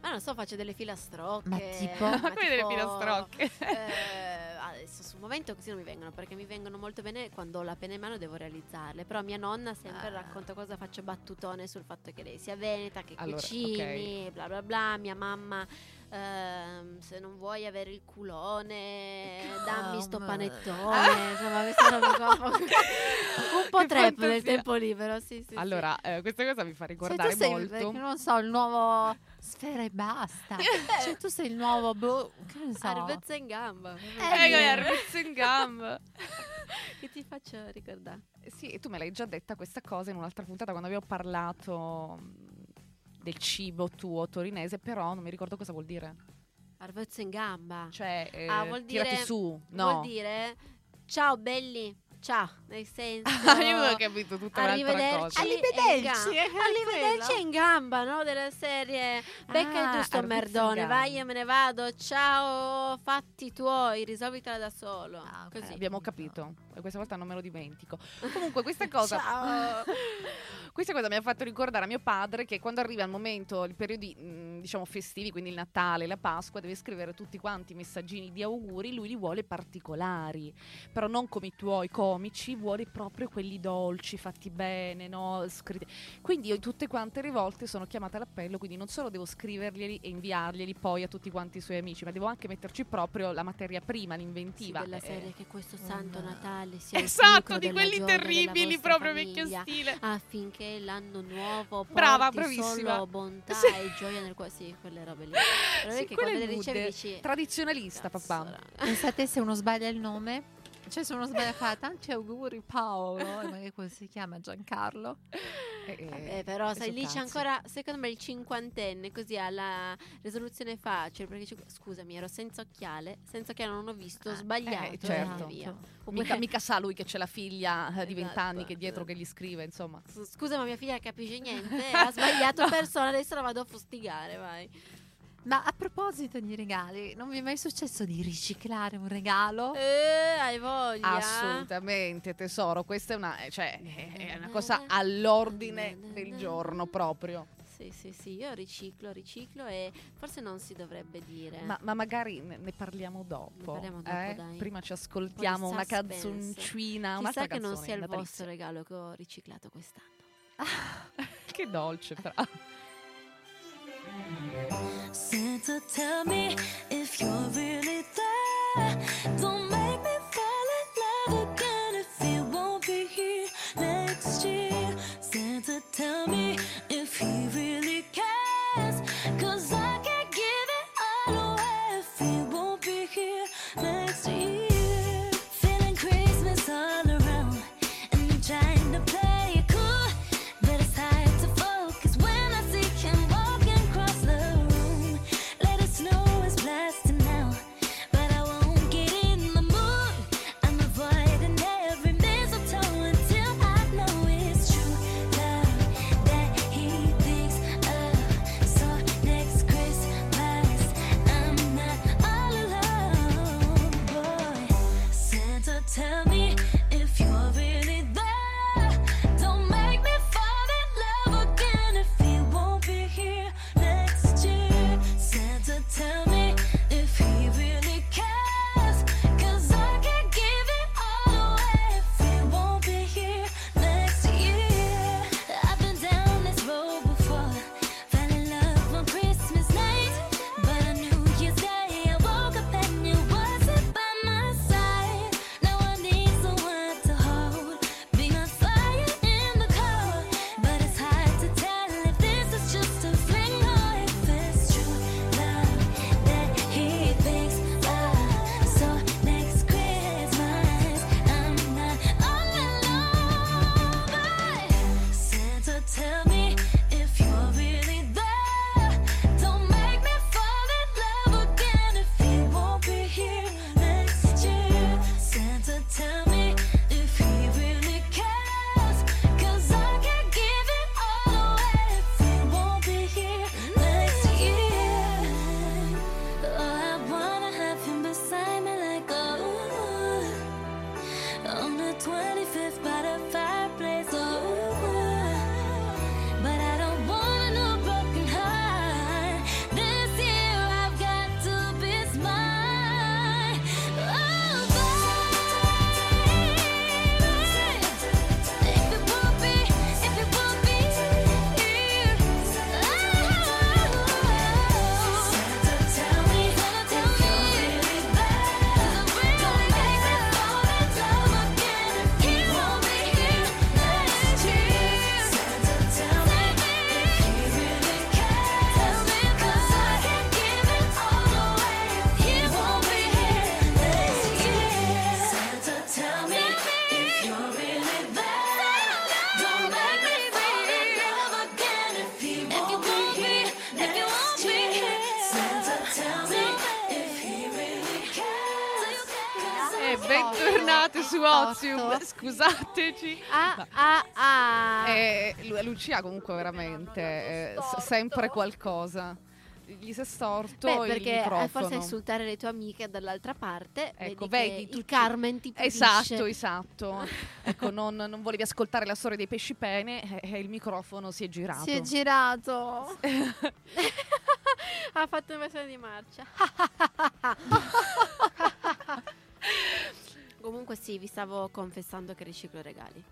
Speaker 4: Ah, Ma non so, faccio delle filastrocche.
Speaker 1: Ma tipo?
Speaker 4: [LAUGHS] ma
Speaker 1: Ma
Speaker 3: Ma come delle
Speaker 1: [LAUGHS]
Speaker 4: tipo,
Speaker 3: filastrocche.
Speaker 4: eh, adesso sul momento così non mi vengono perché mi vengono molto bene quando ho la penna in mano e devo realizzarle. Però mia nonna sempre
Speaker 1: Ah.
Speaker 4: racconta cosa faccio battutone sul fatto che lei sia veneta, che
Speaker 3: Allora,
Speaker 4: cucini, bla bla bla. Mia mamma ehm, se non vuoi avere il culone, dammi sto
Speaker 1: Come? Ah.
Speaker 4: panettone. Insomma, questa roba qua un po',
Speaker 1: [LAUGHS]
Speaker 4: un po'
Speaker 3: Che
Speaker 4: trap
Speaker 3: fantasia.
Speaker 4: del tempo libero, sì, sì, sì.
Speaker 3: Allora, eh, questa cosa mi fa
Speaker 1: Cioè,
Speaker 3: ricordare
Speaker 1: tu sei
Speaker 3: molto.
Speaker 1: perché non so, il nuovo sfera e
Speaker 4: Ah,
Speaker 3: [LAUGHS]
Speaker 1: basta. cioè, tu sei il nuovo boh, che ne so.
Speaker 4: Arvezza in gamba.
Speaker 1: Eh,
Speaker 3: Eh, arvezza in gamba.
Speaker 4: Che ti faccio ricordare?
Speaker 3: Sì, e tu me l'hai già detta questa cosa in un'altra puntata quando abbiamo parlato mh, del cibo tuo torinese, però non mi ricordo cosa vuol dire.
Speaker 4: Arvezza in gamba.
Speaker 3: Cioè, eh,
Speaker 4: Ah, vuol dire-
Speaker 3: tirati su,
Speaker 4: Vuol
Speaker 3: no?
Speaker 4: dire ciao belli, ciao, nel senso
Speaker 3: [LAUGHS] [LAUGHS] Io non ho capito tutta un'altra
Speaker 4: [LAUGHS] Arrivederci,
Speaker 3: cosa.
Speaker 1: Arrivederci,
Speaker 4: è in
Speaker 1: eh,
Speaker 4: gamba. [LAUGHS]
Speaker 1: quello.
Speaker 4: Arrivederci è in gamba, no? Della serie Becca
Speaker 3: Ah,
Speaker 4: il
Speaker 3: arvezza
Speaker 4: sto
Speaker 3: in
Speaker 4: merdone,
Speaker 3: gamba.
Speaker 4: vai e me ne vado, ciao, fatti tuoi, risolvitela da solo.
Speaker 1: Ah, ok.
Speaker 4: Così.
Speaker 3: Abbiamo capito, e questa volta non me lo dimentico. Comunque, questa [LAUGHS] cosa.
Speaker 4: Ciao.
Speaker 3: Questa cosa mi ha fatto ricordare a mio padre che quando arriva il momento, i periodi mh, diciamo festivi, quindi il Natale, la Pasqua, deve scrivere tutti quanti i messaggini di auguri, lui li vuole particolari, però non come i tuoi comici, vuole proprio quelli dolci, fatti bene, no? Scritti. Quindi io tutte quante rivolte sono chiamata all'appello, quindi non solo devo scriverglieli e inviarglieli poi a tutti quanti i suoi amici, ma devo anche metterci proprio la materia prima,
Speaker 4: Sì,
Speaker 3: l'inventiva.
Speaker 4: della serie
Speaker 3: Eh,
Speaker 4: che questo
Speaker 1: un-
Speaker 4: santo Natale sia il
Speaker 3: Esatto,
Speaker 4: fulcro
Speaker 3: di
Speaker 4: della
Speaker 3: quelli
Speaker 4: gioia della
Speaker 3: terribili,
Speaker 4: vostra
Speaker 3: proprio
Speaker 4: famiglia.
Speaker 3: vecchio stile.
Speaker 4: affinché l'anno nuovo porti
Speaker 3: Brava, bravissima.
Speaker 4: solo bontà
Speaker 3: Sì.
Speaker 4: e gioia nel cuore sì quelle robe lì
Speaker 3: [LAUGHS]
Speaker 4: però
Speaker 3: Sì,
Speaker 4: che
Speaker 3: quelle
Speaker 4: quando
Speaker 3: nude.
Speaker 4: le ricevi dici
Speaker 3: Tradizionalista,
Speaker 4: "Cazzo,
Speaker 3: papà.
Speaker 4: raga".
Speaker 1: Pensate se uno sbaglia il nome? Cioè, se uno sbaglia fa tanti auguri Paolo, e magari quello si chiama Giancarlo.
Speaker 3: Eh, eh,
Speaker 4: Vabbè, però sai
Speaker 3: sul
Speaker 4: lì c'è
Speaker 3: cazzo.
Speaker 4: ancora secondo me il cinquantenne così alla risoluzione facile perché dice, scusami ero senza occhiale senza occhiale non ho visto ho
Speaker 1: Ah,
Speaker 4: sbagliato
Speaker 3: eh,
Speaker 4: e
Speaker 3: certo.
Speaker 4: via Oppure,
Speaker 3: Mica, mica sa lui che c'è la figlia eh, di
Speaker 4: [LAUGHS] Esatto.
Speaker 3: vent'anni che dietro che gli scrive, insomma.
Speaker 4: "S- scusa ma mia figlia capisce niente eh,
Speaker 3: [LAUGHS]
Speaker 4: ha sbagliato
Speaker 3: No.
Speaker 4: persona adesso la vado a fustigare vai
Speaker 1: Ma a proposito di regali, non vi è mai successo di riciclare un regalo?
Speaker 4: eh, hai voglia
Speaker 3: Oh. Assolutamente, tesoro. Questa è una, eh, cioè, è è una cosa all'ordine del giorno proprio.
Speaker 4: Sì, sì, sì, io riciclo, riciclo e forse non si dovrebbe dire.
Speaker 3: Ma, ma magari ne ne parliamo dopo.
Speaker 4: Eh. Ne parliamo dopo,
Speaker 3: eh?
Speaker 4: dai.
Speaker 3: Prima ci ascoltiamo
Speaker 4: Un po'
Speaker 3: una
Speaker 4: di suspense.
Speaker 3: canzoncina.
Speaker 4: Chissà
Speaker 3: Ah, un'altra
Speaker 4: che non
Speaker 3: canzone,
Speaker 4: sia il
Speaker 3: Natalizia.
Speaker 4: vostro regalo che ho riciclato quest'anno.
Speaker 3: [LAUGHS] Che
Speaker 4: [LAUGHS]
Speaker 3: dolce, però.
Speaker 7: Santa, tell me if you're really there. Don't make me fall in love again if you won't be here next year. Santa, tell me if he really cares. Cause I can't give it all away if he won't be here next year. Feeling Christmas all around, and I'm trying to play it cool. But it's hard to focus when I see him walking across the room. Let it snow his blast Oh, oh, Oh, Oh,
Speaker 3: E bentornate Eh, su Ozium,
Speaker 1: Otto.
Speaker 3: scusateci.
Speaker 4: Ah, ah, ah.
Speaker 3: E Lu- Lucia comunque veramente eh, s- sempre qualcosa. Gli si è storto
Speaker 4: Beh,
Speaker 3: il
Speaker 4: perché
Speaker 3: microfono.
Speaker 4: eh, forse a insultare le tue amiche dall'altra parte,
Speaker 3: Ecco,
Speaker 4: vedi,
Speaker 3: vedi,
Speaker 4: che
Speaker 3: tu-
Speaker 4: il Carmen ti pulisce.
Speaker 3: Esatto, esatto. ecco, non, non volevi ascoltare la storia dei pesci pene e, e il microfono si è girato.
Speaker 1: Si è girato.
Speaker 4: [LAUGHS] ha fatto un'inversione di marcia. Comunque sì, vi stavo confessando che riciclo regali.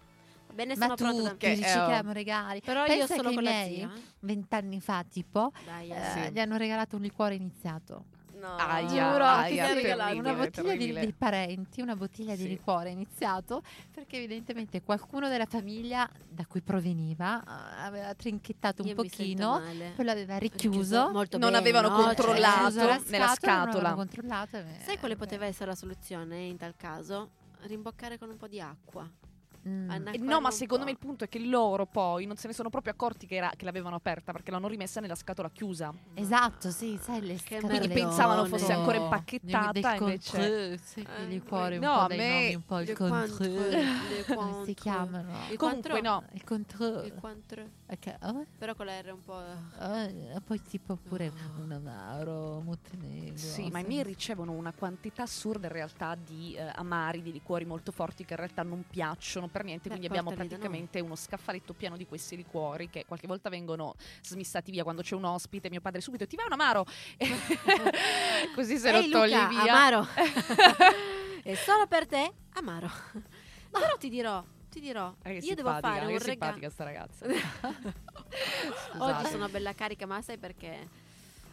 Speaker 4: Va bene,
Speaker 1: Ma
Speaker 4: sono
Speaker 1: tu
Speaker 4: pronta.
Speaker 1: che
Speaker 3: eh, oh.
Speaker 1: ricicliamo regali.
Speaker 4: Però io
Speaker 1: Pensa
Speaker 4: solo
Speaker 1: che
Speaker 4: con
Speaker 1: i
Speaker 4: la
Speaker 1: miei,
Speaker 4: zia. eh.
Speaker 1: vent'anni fa tipo,
Speaker 4: Dai,
Speaker 1: eh,
Speaker 4: eh.
Speaker 3: Sì.
Speaker 1: gli hanno regalato un liquore iniziato.
Speaker 4: No.
Speaker 3: Aia,
Speaker 1: Giuro,
Speaker 3: aia,
Speaker 1: ti
Speaker 4: sì,
Speaker 1: sei-
Speaker 3: terribile,
Speaker 1: una bottiglia di,
Speaker 3: terribile.
Speaker 1: dei parenti, una bottiglia
Speaker 3: Sì.
Speaker 1: di liquore iniziato perché evidentemente qualcuno della famiglia da cui proveniva eh, aveva trinchettato un
Speaker 4: Io mi sento
Speaker 1: pochino,
Speaker 4: male.
Speaker 1: poi l'aveva
Speaker 4: Richiuso,
Speaker 1: richiuso,
Speaker 4: molto
Speaker 3: Non
Speaker 4: bene,
Speaker 3: avevano
Speaker 4: no? Cioè,
Speaker 3: controllato.
Speaker 1: aveva richiuso
Speaker 3: nella
Speaker 1: non
Speaker 3: scatola.
Speaker 1: avevano controllato, eh,
Speaker 4: Sai quale
Speaker 1: eh,
Speaker 4: poteva essere la soluzione in tal caso? Rimboccare con un po' di acqua.
Speaker 1: mm.
Speaker 4: Anna-
Speaker 3: Eh,
Speaker 4: Ancora
Speaker 3: No, ma
Speaker 4: non
Speaker 3: secondo
Speaker 4: può.
Speaker 3: me il punto è che loro poi non se ne sono proprio accorti che, era- che l'avevano aperta perché l'hanno rimessa nella scatola chiusa.
Speaker 1: Esatto, sì, sai le
Speaker 4: Che
Speaker 1: scatole
Speaker 4: Quindi pensavano fosse ancora
Speaker 3: impacchettata,
Speaker 1: del
Speaker 3: invece-
Speaker 1: Contreux, sì,
Speaker 4: Eh,
Speaker 1: il liquore un
Speaker 3: no, a
Speaker 1: po' dei
Speaker 3: me-
Speaker 1: nomi, un po' il
Speaker 4: Le
Speaker 1: Contreux,
Speaker 4: Cointreau, le
Speaker 1: [LAUGHS] come si
Speaker 4: Cointreau.
Speaker 1: chiamano?
Speaker 4: Il
Speaker 3: Comunque
Speaker 4: quattro-
Speaker 3: no,
Speaker 1: Il
Speaker 3: Eh.
Speaker 1: Contreux,
Speaker 4: Il quattro.
Speaker 1: ok, oh,
Speaker 4: Però con la R un po'.
Speaker 1: oh, poi tipo pure un amaro, Montenegro. Cioè,
Speaker 3: Sì, ma i miei ricevono una quantità assurda in realtà di eh, amari, di liquori molto forti che in realtà non piacciono per niente,
Speaker 4: Beh,
Speaker 3: quindi abbiamo
Speaker 4: portali da noi.
Speaker 3: praticamente uno scaffaletto pieno di questi liquori che qualche volta vengono smissati via quando c'è un ospite, mio padre subito ti va un
Speaker 4: [LAUGHS]
Speaker 3: amaro, [LAUGHS] così se
Speaker 4: Ehi,
Speaker 3: lo togli
Speaker 4: Luca,
Speaker 3: via. [LAUGHS]
Speaker 4: Amaro. [LAUGHS] È solo per te, Amaro. Però ti dirò, ti dirò,
Speaker 3: Eh, che
Speaker 4: io devo
Speaker 3: simpatica,
Speaker 4: fare
Speaker 3: che
Speaker 4: un Eh,
Speaker 3: simpatica
Speaker 4: [LAUGHS] regalo.
Speaker 3: sta ragazza.
Speaker 4: Oggi
Speaker 3: Scusate.
Speaker 4: sono bella carica, ma sai perché?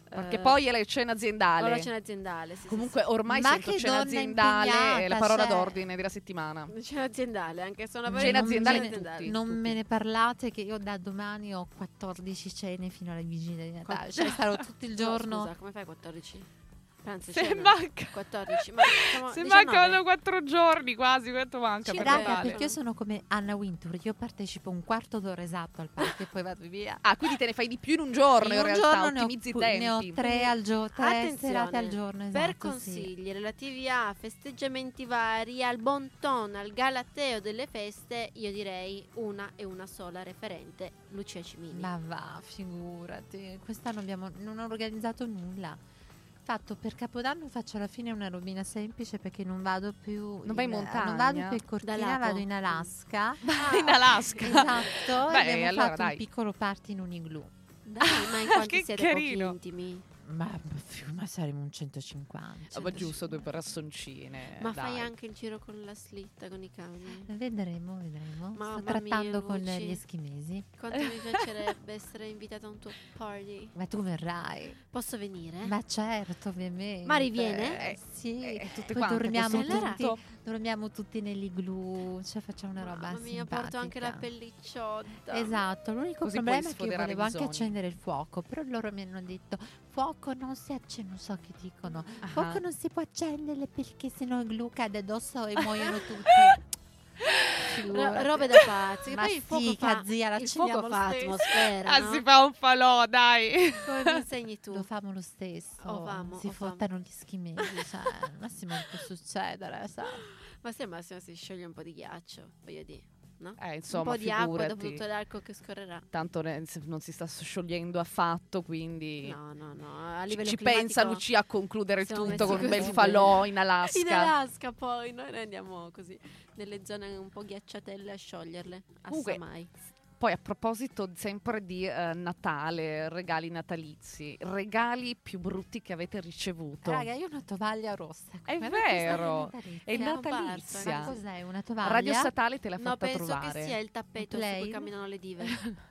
Speaker 3: Perché
Speaker 4: Eh,
Speaker 3: poi è la cena
Speaker 4: ho
Speaker 3: aziendale.
Speaker 4: la cena aziendale. sì, sì,
Speaker 3: Comunque oh, ormai
Speaker 1: Ma
Speaker 3: sento
Speaker 1: che
Speaker 3: cena
Speaker 1: donna
Speaker 3: aziendale è la
Speaker 1: impegnata,
Speaker 3: parola
Speaker 1: cioè.
Speaker 3: d'ordine della settimana.
Speaker 4: sì. Cena aziendale, anche se sono una
Speaker 3: Cena
Speaker 4: vera-
Speaker 3: aziendale
Speaker 4: cena
Speaker 3: tutti.
Speaker 4: aziendale.
Speaker 1: Non me ne parlate che io da domani ho 14 cene fino alla vigilia di Natale, cioè sarò tutto il
Speaker 4: [LAUGHS] No,
Speaker 1: giorno
Speaker 4: scusa, come fai 14? Pranzo e
Speaker 3: Se
Speaker 4: cena?
Speaker 3: manca
Speaker 4: 14, Diciamo ma siamo
Speaker 3: Se
Speaker 4: 19.
Speaker 3: mancano quattro giorni quasi, quanto manca
Speaker 4: Ci
Speaker 3: per
Speaker 4: dà
Speaker 1: Raga,
Speaker 3: Natale?
Speaker 1: perché io sono come Anna Wintour, io partecipo un quarto d'ora esatto al party e poi vado via.
Speaker 3: Ah, quindi te ne fai di più in un giorno in,
Speaker 1: un
Speaker 3: realtà,
Speaker 1: giorno ne ho,
Speaker 3: ottimizzi
Speaker 1: pu-
Speaker 3: i tempi.
Speaker 1: ne ho tre al giorno, tre
Speaker 4: Attenzione,
Speaker 1: serate al giorno, esatto,
Speaker 4: per
Speaker 1: sì.
Speaker 4: consigli relativi a festeggiamenti vari, al bon ton, al galateo delle feste, io direi una e una sola referente, Lucia Cimini.
Speaker 1: Ma va, figurati, quest'anno abbiamo, non ho organizzato nulla. Fatto per Capodanno faccio alla fine una robina semplice perché non vado più
Speaker 3: Non vai in montagna? Ah,
Speaker 1: Non vado più in
Speaker 4: Da
Speaker 1: Cortina,
Speaker 4: lago.
Speaker 1: vado
Speaker 3: [LAUGHS]
Speaker 1: in Alaska.
Speaker 3: in Alaska.
Speaker 1: Esatto,
Speaker 3: Beh,
Speaker 1: e abbiamo
Speaker 3: allora,
Speaker 1: fatto
Speaker 3: dai.
Speaker 1: un piccolo party in un igloo.
Speaker 4: Dai, ma in quanti
Speaker 3: Che
Speaker 4: siete
Speaker 3: carino.
Speaker 4: pochi intimi?
Speaker 1: Ma, ma fi- ma saremo un 150.
Speaker 3: Ah, ma giusto, due brassoncine.
Speaker 4: Ma
Speaker 3: Eh, dai.
Speaker 4: fai anche il giro con la slitta, con i cani?
Speaker 1: Vedremo, vedremo.
Speaker 4: Mamma
Speaker 1: Sto trattando
Speaker 4: mia,
Speaker 1: con
Speaker 4: Luci.
Speaker 1: gli eschimesi.
Speaker 4: Quanto mi piacerebbe essere invitata a un tuo party.
Speaker 1: Ma tu verrai.
Speaker 4: Posso venire?
Speaker 1: Ma certo, ovviamente.
Speaker 4: Mari viene?
Speaker 1: Eh, sì.
Speaker 3: Eh, tutte
Speaker 1: Poi
Speaker 3: quante,
Speaker 1: dormiamo
Speaker 3: questo
Speaker 4: allora-
Speaker 1: tutti, dormiamo tutti nell'igloo, cioè facciamo una roba
Speaker 4: Mamma mia, porto anche la
Speaker 1: simpatica.
Speaker 4: pellicciotta.
Speaker 1: Esatto, l'unico
Speaker 3: Così puoi
Speaker 1: problema è che io
Speaker 3: sfoderare
Speaker 1: volevo anche
Speaker 3: bisogni.
Speaker 1: accendere il fuoco, però loro mi hanno detto fuoco non si accende, non so che dicono,
Speaker 3: Ah. [LAUGHS]
Speaker 1: fuoco non si può accendere perché sennò il glue cade addosso e
Speaker 4: [LAUGHS]
Speaker 1: muoiono tutti.
Speaker 4: Ro-
Speaker 1: Figurati.
Speaker 4: robe da pazzi. Che
Speaker 1: Ma
Speaker 4: poi il fuoco
Speaker 1: sì,
Speaker 4: fa,
Speaker 1: zia, la
Speaker 4: il fuoco
Speaker 1: accendiamo
Speaker 4: fa
Speaker 1: lo stesso.
Speaker 4: atmosfera.
Speaker 3: Ah,
Speaker 4: no?
Speaker 3: si fa un falò, dai. Eh,
Speaker 4: Come mi
Speaker 1: [LAUGHS]
Speaker 4: insegni tu?
Speaker 1: Lo famo lo stesso.
Speaker 4: O Oh, famo,
Speaker 1: si
Speaker 4: o famo.
Speaker 1: fottano gli schimesi, cioè, al massimo non può succedere, sa.
Speaker 4: Ma se al massimo si scioglie un po' di ghiaccio, voglio dire, no?
Speaker 3: Eh, insomma,
Speaker 4: un po' di acqua dopo
Speaker 3: figurati.
Speaker 4: tutto l'arco che scorrerà.
Speaker 3: Tanto ne- se- non si sta sciogliendo affatto, quindi...
Speaker 4: No, no, no. A
Speaker 3: Ci,
Speaker 4: livello
Speaker 3: ci
Speaker 4: climatico-
Speaker 3: pensa Lucia a concludere il
Speaker 4: siamo
Speaker 3: tutto
Speaker 4: messi
Speaker 3: con un bel
Speaker 4: così.
Speaker 3: falò in Alaska.
Speaker 4: In Alaska poi, noi noi andiamo così, nelle zone un po' ghiacciatelle a scioglierle.
Speaker 3: Comunque,
Speaker 4: Assai mai.
Speaker 3: Poi a proposito sempre di eh, Natale, regali natalizi, regali più brutti che avete ricevuto.
Speaker 1: Raga, io ho una tovaglia rossa.
Speaker 3: Esatto. È
Speaker 1: come avete
Speaker 3: vero,
Speaker 1: questa natalizia?
Speaker 3: è
Speaker 4: non
Speaker 3: natalizia.
Speaker 1: Cioè, Ma
Speaker 4: parto,
Speaker 1: cos'è una tovaglia?
Speaker 3: Radio Statale te l'ha
Speaker 4: No,
Speaker 3: fatta
Speaker 4: penso
Speaker 3: trovare.
Speaker 4: che sia il tappeto su
Speaker 1: Play?
Speaker 4: cui camminano
Speaker 3: [LAUGHS]
Speaker 4: le dive.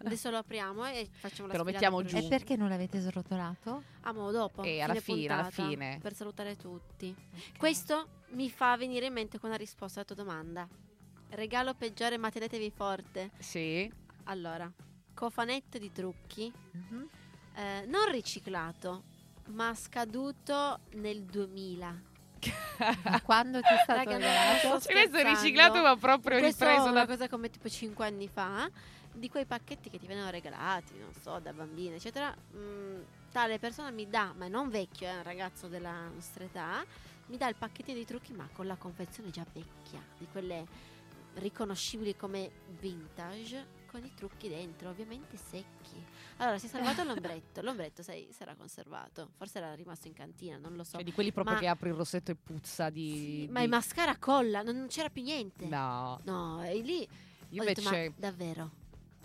Speaker 4: Adesso lo apriamo e facciamo la
Speaker 3: Te lo
Speaker 4: sfilata
Speaker 3: mettiamo
Speaker 4: per-
Speaker 3: giù.
Speaker 1: E perché non l'avete
Speaker 3: [LAUGHS]
Speaker 1: srotolato?
Speaker 4: Ah, mo dopo.
Speaker 3: E alla fine, alla
Speaker 4: puntata,
Speaker 3: fine.
Speaker 4: Per salutare tutti. Questo mi fa venire in mente con una risposta alla tua domanda. Regalo peggiore, ma tenetevi forte. [LAUGHS]
Speaker 3: Sì.
Speaker 4: Allora, cofanetto di trucchi,
Speaker 1: Mhm.
Speaker 4: eh, non riciclato, ma scaduto nel 2000.
Speaker 1: Ma quando ti è stato
Speaker 4: Raga, non
Speaker 1: regalato?
Speaker 4: lo so.
Speaker 3: Cioè, questo è
Speaker 4: scherzando.
Speaker 3: riciclato ma proprio
Speaker 4: Questo è
Speaker 3: ripreso
Speaker 4: una
Speaker 3: da...
Speaker 4: cosa come tipo 5 anni fa, di quei pacchetti che ti venivano regalati, non so, da bambina, eccetera. Mm, tale persona mi dà, ma non vecchio, è un ragazzo della nostra età, mi dà il pacchettino di trucchi ma con la confezione già vecchia, di quelle riconoscibili come vintage, con i trucchi dentro, ovviamente secchi. Allora si è
Speaker 3: [LAUGHS]
Speaker 4: salvato l'ombretto, l'ombretto sai, sarà conservato, forse era rimasto in cantina, non lo so.
Speaker 3: Cioè, di quelli proprio
Speaker 4: Ma-
Speaker 3: che apri il rossetto e puzza di...
Speaker 4: Sì,
Speaker 3: di-
Speaker 4: ma il mascara colla, non, non c'era più niente.
Speaker 3: No,
Speaker 4: No, e lì
Speaker 3: io
Speaker 4: ho detto,
Speaker 3: invece...
Speaker 4: ma davvero,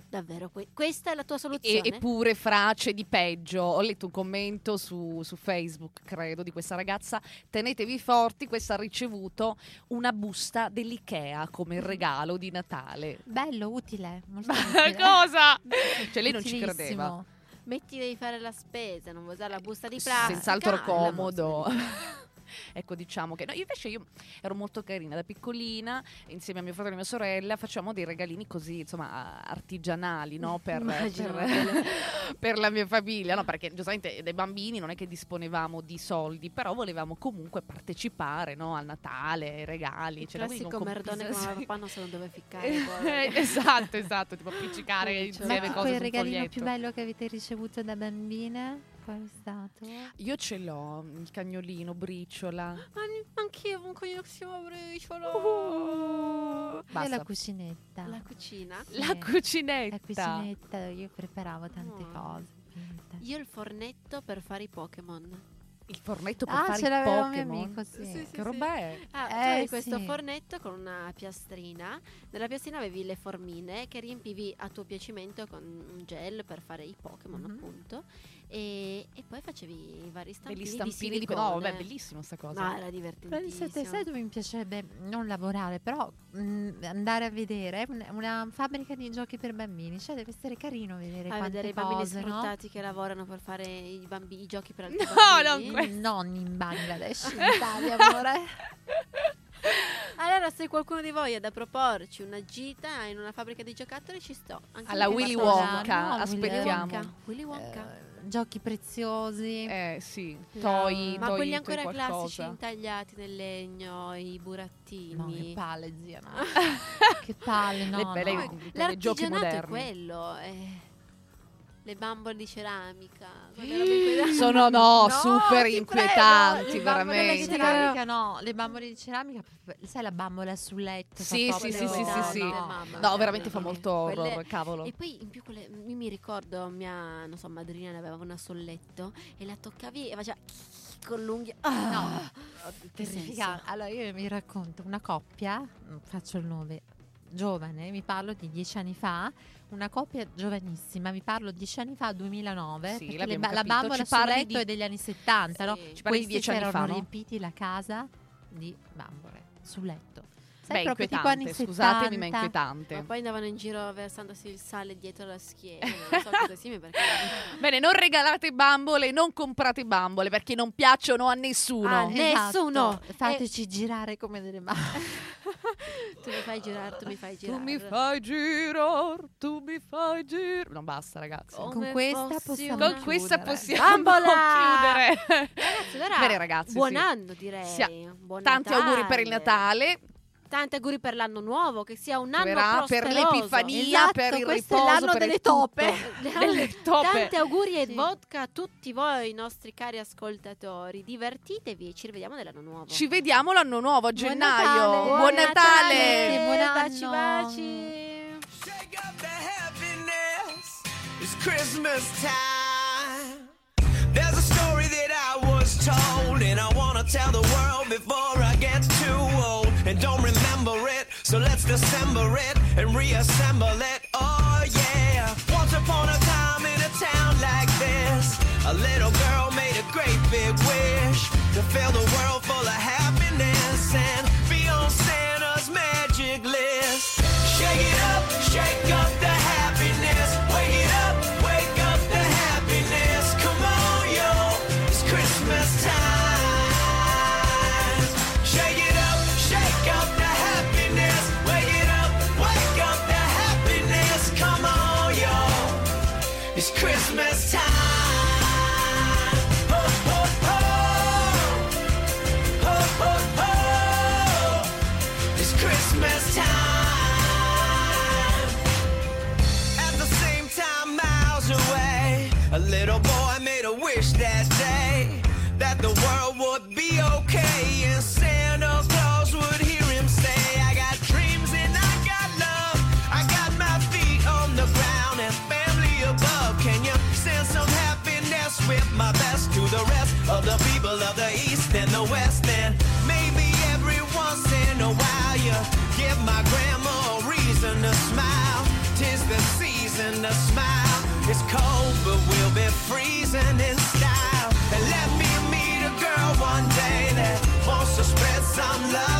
Speaker 4: davvero, que- questa è la tua
Speaker 3: E-
Speaker 4: soluzione?
Speaker 3: eppure fra c'è di peggio. Ho letto un commento su, su Facebook, credo, di questa ragazza. Tenetevi forti, questa ha ricevuto una busta dell'IKEA come regalo di Natale.
Speaker 1: Bello, utile. Molto
Speaker 3: Ma
Speaker 1: utile.
Speaker 3: cosa? Cioè lei non ci
Speaker 1: Utilissimo.
Speaker 3: credeva.
Speaker 4: Metti devi fare la spesa, non vuoi usare la busta di plastica.
Speaker 3: Senz'altro
Speaker 4: la
Speaker 3: comodo.
Speaker 4: busta di-
Speaker 3: [LAUGHS] Ecco, diciamo che no, io invece io ero molto carina da piccolina, insieme a mio fratello e mia sorella facevamo dei regalini così, insomma, a- artigianali, no? Per,
Speaker 4: Immagino,
Speaker 3: per, [LAUGHS] per la mia famiglia, no? Perché giustamente dai bambini non è che disponevamo di soldi, però volevamo comunque partecipare, no? Al Natale, ai regali.
Speaker 4: Il
Speaker 3: cioè, noi
Speaker 4: classico
Speaker 3: con- con-
Speaker 4: merdone
Speaker 3: [LAUGHS]
Speaker 4: che
Speaker 3: sì.
Speaker 4: mamma e papà non sanno
Speaker 3: [LAUGHS]
Speaker 4: dove ficcare. poveri.
Speaker 3: esatto, esatto, tipo appiccicare
Speaker 4: Come dicevo.
Speaker 3: insieme
Speaker 1: Ma
Speaker 4: Deve
Speaker 1: ecco
Speaker 3: cose
Speaker 1: il
Speaker 3: sul
Speaker 1: regalino
Speaker 3: foglietto.
Speaker 1: più bello che avete ricevuto da bambine? Qual è stato?
Speaker 3: Io ce l'ho, il cagnolino, briciola.
Speaker 4: Anch'io ho un cognome che si chiama Briciolo.
Speaker 1: Io
Speaker 3: Basta.
Speaker 1: la cucinetta.
Speaker 4: La cucina.
Speaker 3: La [LAUGHS] cucinetta. Mm.
Speaker 1: La cucinetta, io preparavo tante
Speaker 4: No.
Speaker 1: cose. ovviamente.
Speaker 4: Io il fornetto per fare i Pokémon.
Speaker 3: Il fornetto per
Speaker 1: Ah,
Speaker 3: fare
Speaker 1: ce
Speaker 3: i
Speaker 1: l'aveva un mio
Speaker 3: Pokémon.
Speaker 1: amico, sì.
Speaker 4: Sì, sì.
Speaker 3: Che roba è?
Speaker 4: Ah, tu
Speaker 1: Eh,
Speaker 4: avevi questo
Speaker 1: sì.
Speaker 4: fornetto con una piastrina. Nella piastrina avevi le formine che riempivi a tuo piacimento con un gel per fare i Pokémon,
Speaker 3: Mm-hmm.
Speaker 1: Mhm.
Speaker 4: appunto. E, e poi facevi i vari stampini.
Speaker 3: Degli
Speaker 4: di
Speaker 3: stampini di...
Speaker 4: silicone.
Speaker 3: No, vabbè, bellissima sta cosa. [LAUGHS]
Speaker 4: No, era divertentissimo.
Speaker 1: Pensate, sai dove mi piacerebbe non lavorare, però mm, andare a vedere un- una fabbrica di giochi per bambini. Cioè, deve essere carino vedere
Speaker 4: a
Speaker 1: quante
Speaker 4: vedere i bambini
Speaker 1: cose, no?
Speaker 4: sfruttati che lavorano per fare i, bambi- i giochi per
Speaker 3: [LAUGHS]
Speaker 4: altri
Speaker 3: No,
Speaker 4: bambini.
Speaker 3: non
Speaker 4: [LAUGHS]
Speaker 3: que-
Speaker 1: Non in Bangladesh, in Italia, amore.
Speaker 4: Allora, se qualcuno di voi ha da proporci una gita in una fabbrica di giocattoli, ci sto.
Speaker 3: [LAUGHS]
Speaker 4: Anche
Speaker 3: Alla
Speaker 4: io
Speaker 3: Willy
Speaker 4: vado là.
Speaker 3: Wonka,
Speaker 1: No, Willy
Speaker 3: aspettiamo.
Speaker 4: Wonka. Willy Wonka.
Speaker 1: Eh, giochi preziosi.
Speaker 3: Eh sì,
Speaker 4: La-
Speaker 3: toi,
Speaker 4: ma
Speaker 3: toi-
Speaker 4: quelli
Speaker 3: toi
Speaker 4: ancora classici
Speaker 3: qualcosa.
Speaker 4: intagliati nel legno, i
Speaker 1: No, che
Speaker 4: burattini.
Speaker 1: palle, zia.
Speaker 4: [LAUGHS]
Speaker 1: no. che palle, no.
Speaker 3: Le belle-
Speaker 1: no.
Speaker 3: i- i- i- i- i- i- i- i- i- i- i- i- i- i- i- i- i- i- giochi
Speaker 4: L'artigianato è
Speaker 3: moderni.
Speaker 4: quello. eh. Le bambole di ceramica. quelle robe in cui-
Speaker 3: Sono no,
Speaker 1: No,
Speaker 3: super
Speaker 1: ti
Speaker 3: inquietanti,
Speaker 1: prego, le bambole di
Speaker 3: veramente.
Speaker 1: ceramica, no, le bambole di ceramica, sai la bambola sul letto.
Speaker 3: Sì,
Speaker 1: fa
Speaker 3: sì,
Speaker 1: proprio-
Speaker 3: sì, sì, sì,
Speaker 1: no,
Speaker 3: sì.
Speaker 1: no.
Speaker 4: Mamma
Speaker 3: No,
Speaker 4: mia,
Speaker 3: veramente fa
Speaker 4: mamma mia.
Speaker 3: molto horror,
Speaker 4: Quelle-
Speaker 3: cavolo.
Speaker 4: E poi in più quelle, mi, mi ricordo mia non so, madrina ne aveva una sul letto e la toccavi e faceva con l'unghia. Ah!
Speaker 1: Terrificante. Allora io vi racconto una coppia, non faccio il nome, giovane, vi parlo di dieci anni fa, una coppia giovanissima, vi parlo dieci anni fa, 2009,
Speaker 3: Sì,
Speaker 1: perché le
Speaker 3: l'abbiamo
Speaker 1: ba- la
Speaker 3: capito.
Speaker 1: bambola
Speaker 3: Ci
Speaker 1: sul
Speaker 3: parli
Speaker 1: letto
Speaker 3: di-
Speaker 1: è degli anni 70, no?
Speaker 4: Sì.
Speaker 3: Ci parli di
Speaker 1: Questi
Speaker 3: dieci
Speaker 1: si
Speaker 3: anni
Speaker 1: erano
Speaker 3: fa, no?
Speaker 1: riempiti la casa di bambole sul letto.
Speaker 3: Beh,
Speaker 1: Sai, proprio tipo anni
Speaker 3: inquietante, scusatemi, ma
Speaker 1: 70.
Speaker 4: Ma
Speaker 3: inquietante.
Speaker 4: poi andavano in giro versandosi il sale dietro la schiena, non so cosa simile perché
Speaker 3: [LAUGHS] Bene, non regalate bambole, non comprate bambole perché non piacciono a nessuno.
Speaker 4: Ah, ne- Nessuno.
Speaker 3: Esatto. Eh,
Speaker 1: Fateci girare come delle mani.
Speaker 3: [LAUGHS]
Speaker 4: tu mi fai girare, tu mi fai girare.
Speaker 3: Tu mi fai girar, tu mi fai girar. Non basta, ragazzi.
Speaker 4: Oh,
Speaker 1: Con
Speaker 4: Come
Speaker 1: questa
Speaker 4: fossi
Speaker 1: possiamo
Speaker 4: una-
Speaker 3: Con questa
Speaker 1: chiudere.
Speaker 3: possiamo
Speaker 4: Bambola!
Speaker 3: [LAUGHS] chiudere.
Speaker 4: Ragazzi, allora
Speaker 3: Bene, ragazzi,
Speaker 4: buon
Speaker 3: sì.
Speaker 4: anno direi.
Speaker 3: Sia-
Speaker 4: Buon
Speaker 3: Tanti auguri per il Natale,
Speaker 4: Tanti auguri per l'anno nuovo, che sia un anno
Speaker 3: Verrà
Speaker 4: Esatto,
Speaker 3: per
Speaker 4: prosperoso.
Speaker 3: l'Epifania, per il
Speaker 1: questo è
Speaker 3: riposo,
Speaker 1: l'anno
Speaker 3: per il
Speaker 1: delle
Speaker 3: tutto.
Speaker 1: toppe.
Speaker 3: [LAUGHS] delle toppe.
Speaker 4: Tanti auguri e
Speaker 1: Sì.
Speaker 4: vodka a tutti voi, nostri cari ascoltatori. Divertitevi e ci rivediamo nell'anno nuovo.
Speaker 3: Ci vediamo l'anno nuovo a gennaio.
Speaker 1: Natale.
Speaker 3: Buon Natale.
Speaker 1: Natale. Buon
Speaker 4: Baci,
Speaker 1: anno.
Speaker 4: baci.
Speaker 8: Shake up the happiness. It's Christmas time. There's a story that I was told, and I wanna tell the world before I get too old and don't remember it. So let's dissemble it and reassemble it. Oh yeah. Once upon a time in a town like this, a little girl made a great big wish to fill the world full of happiness and be on Santa's magic list. Shake it up, shake up the happiness. Wake it up, wake up the happiness. Come on, yo, it's Christmas time. Shake it up, shake up the happiness. Wake it up, wake up the happiness. Come on, yo, it's Christmas time. Ho, ho, ho. okay. And Santa Claus would hear him say, I got dreams and I got love. I got my feet on the ground and family above. Can you send some happiness with my best to the rest of the people of the East and the West? And maybe every once in a while you give my grandma a reason to smile. Tis the season to smile. It's cold, but we'll be freezing in style. And let me meet a girl one day that wants to spread some love.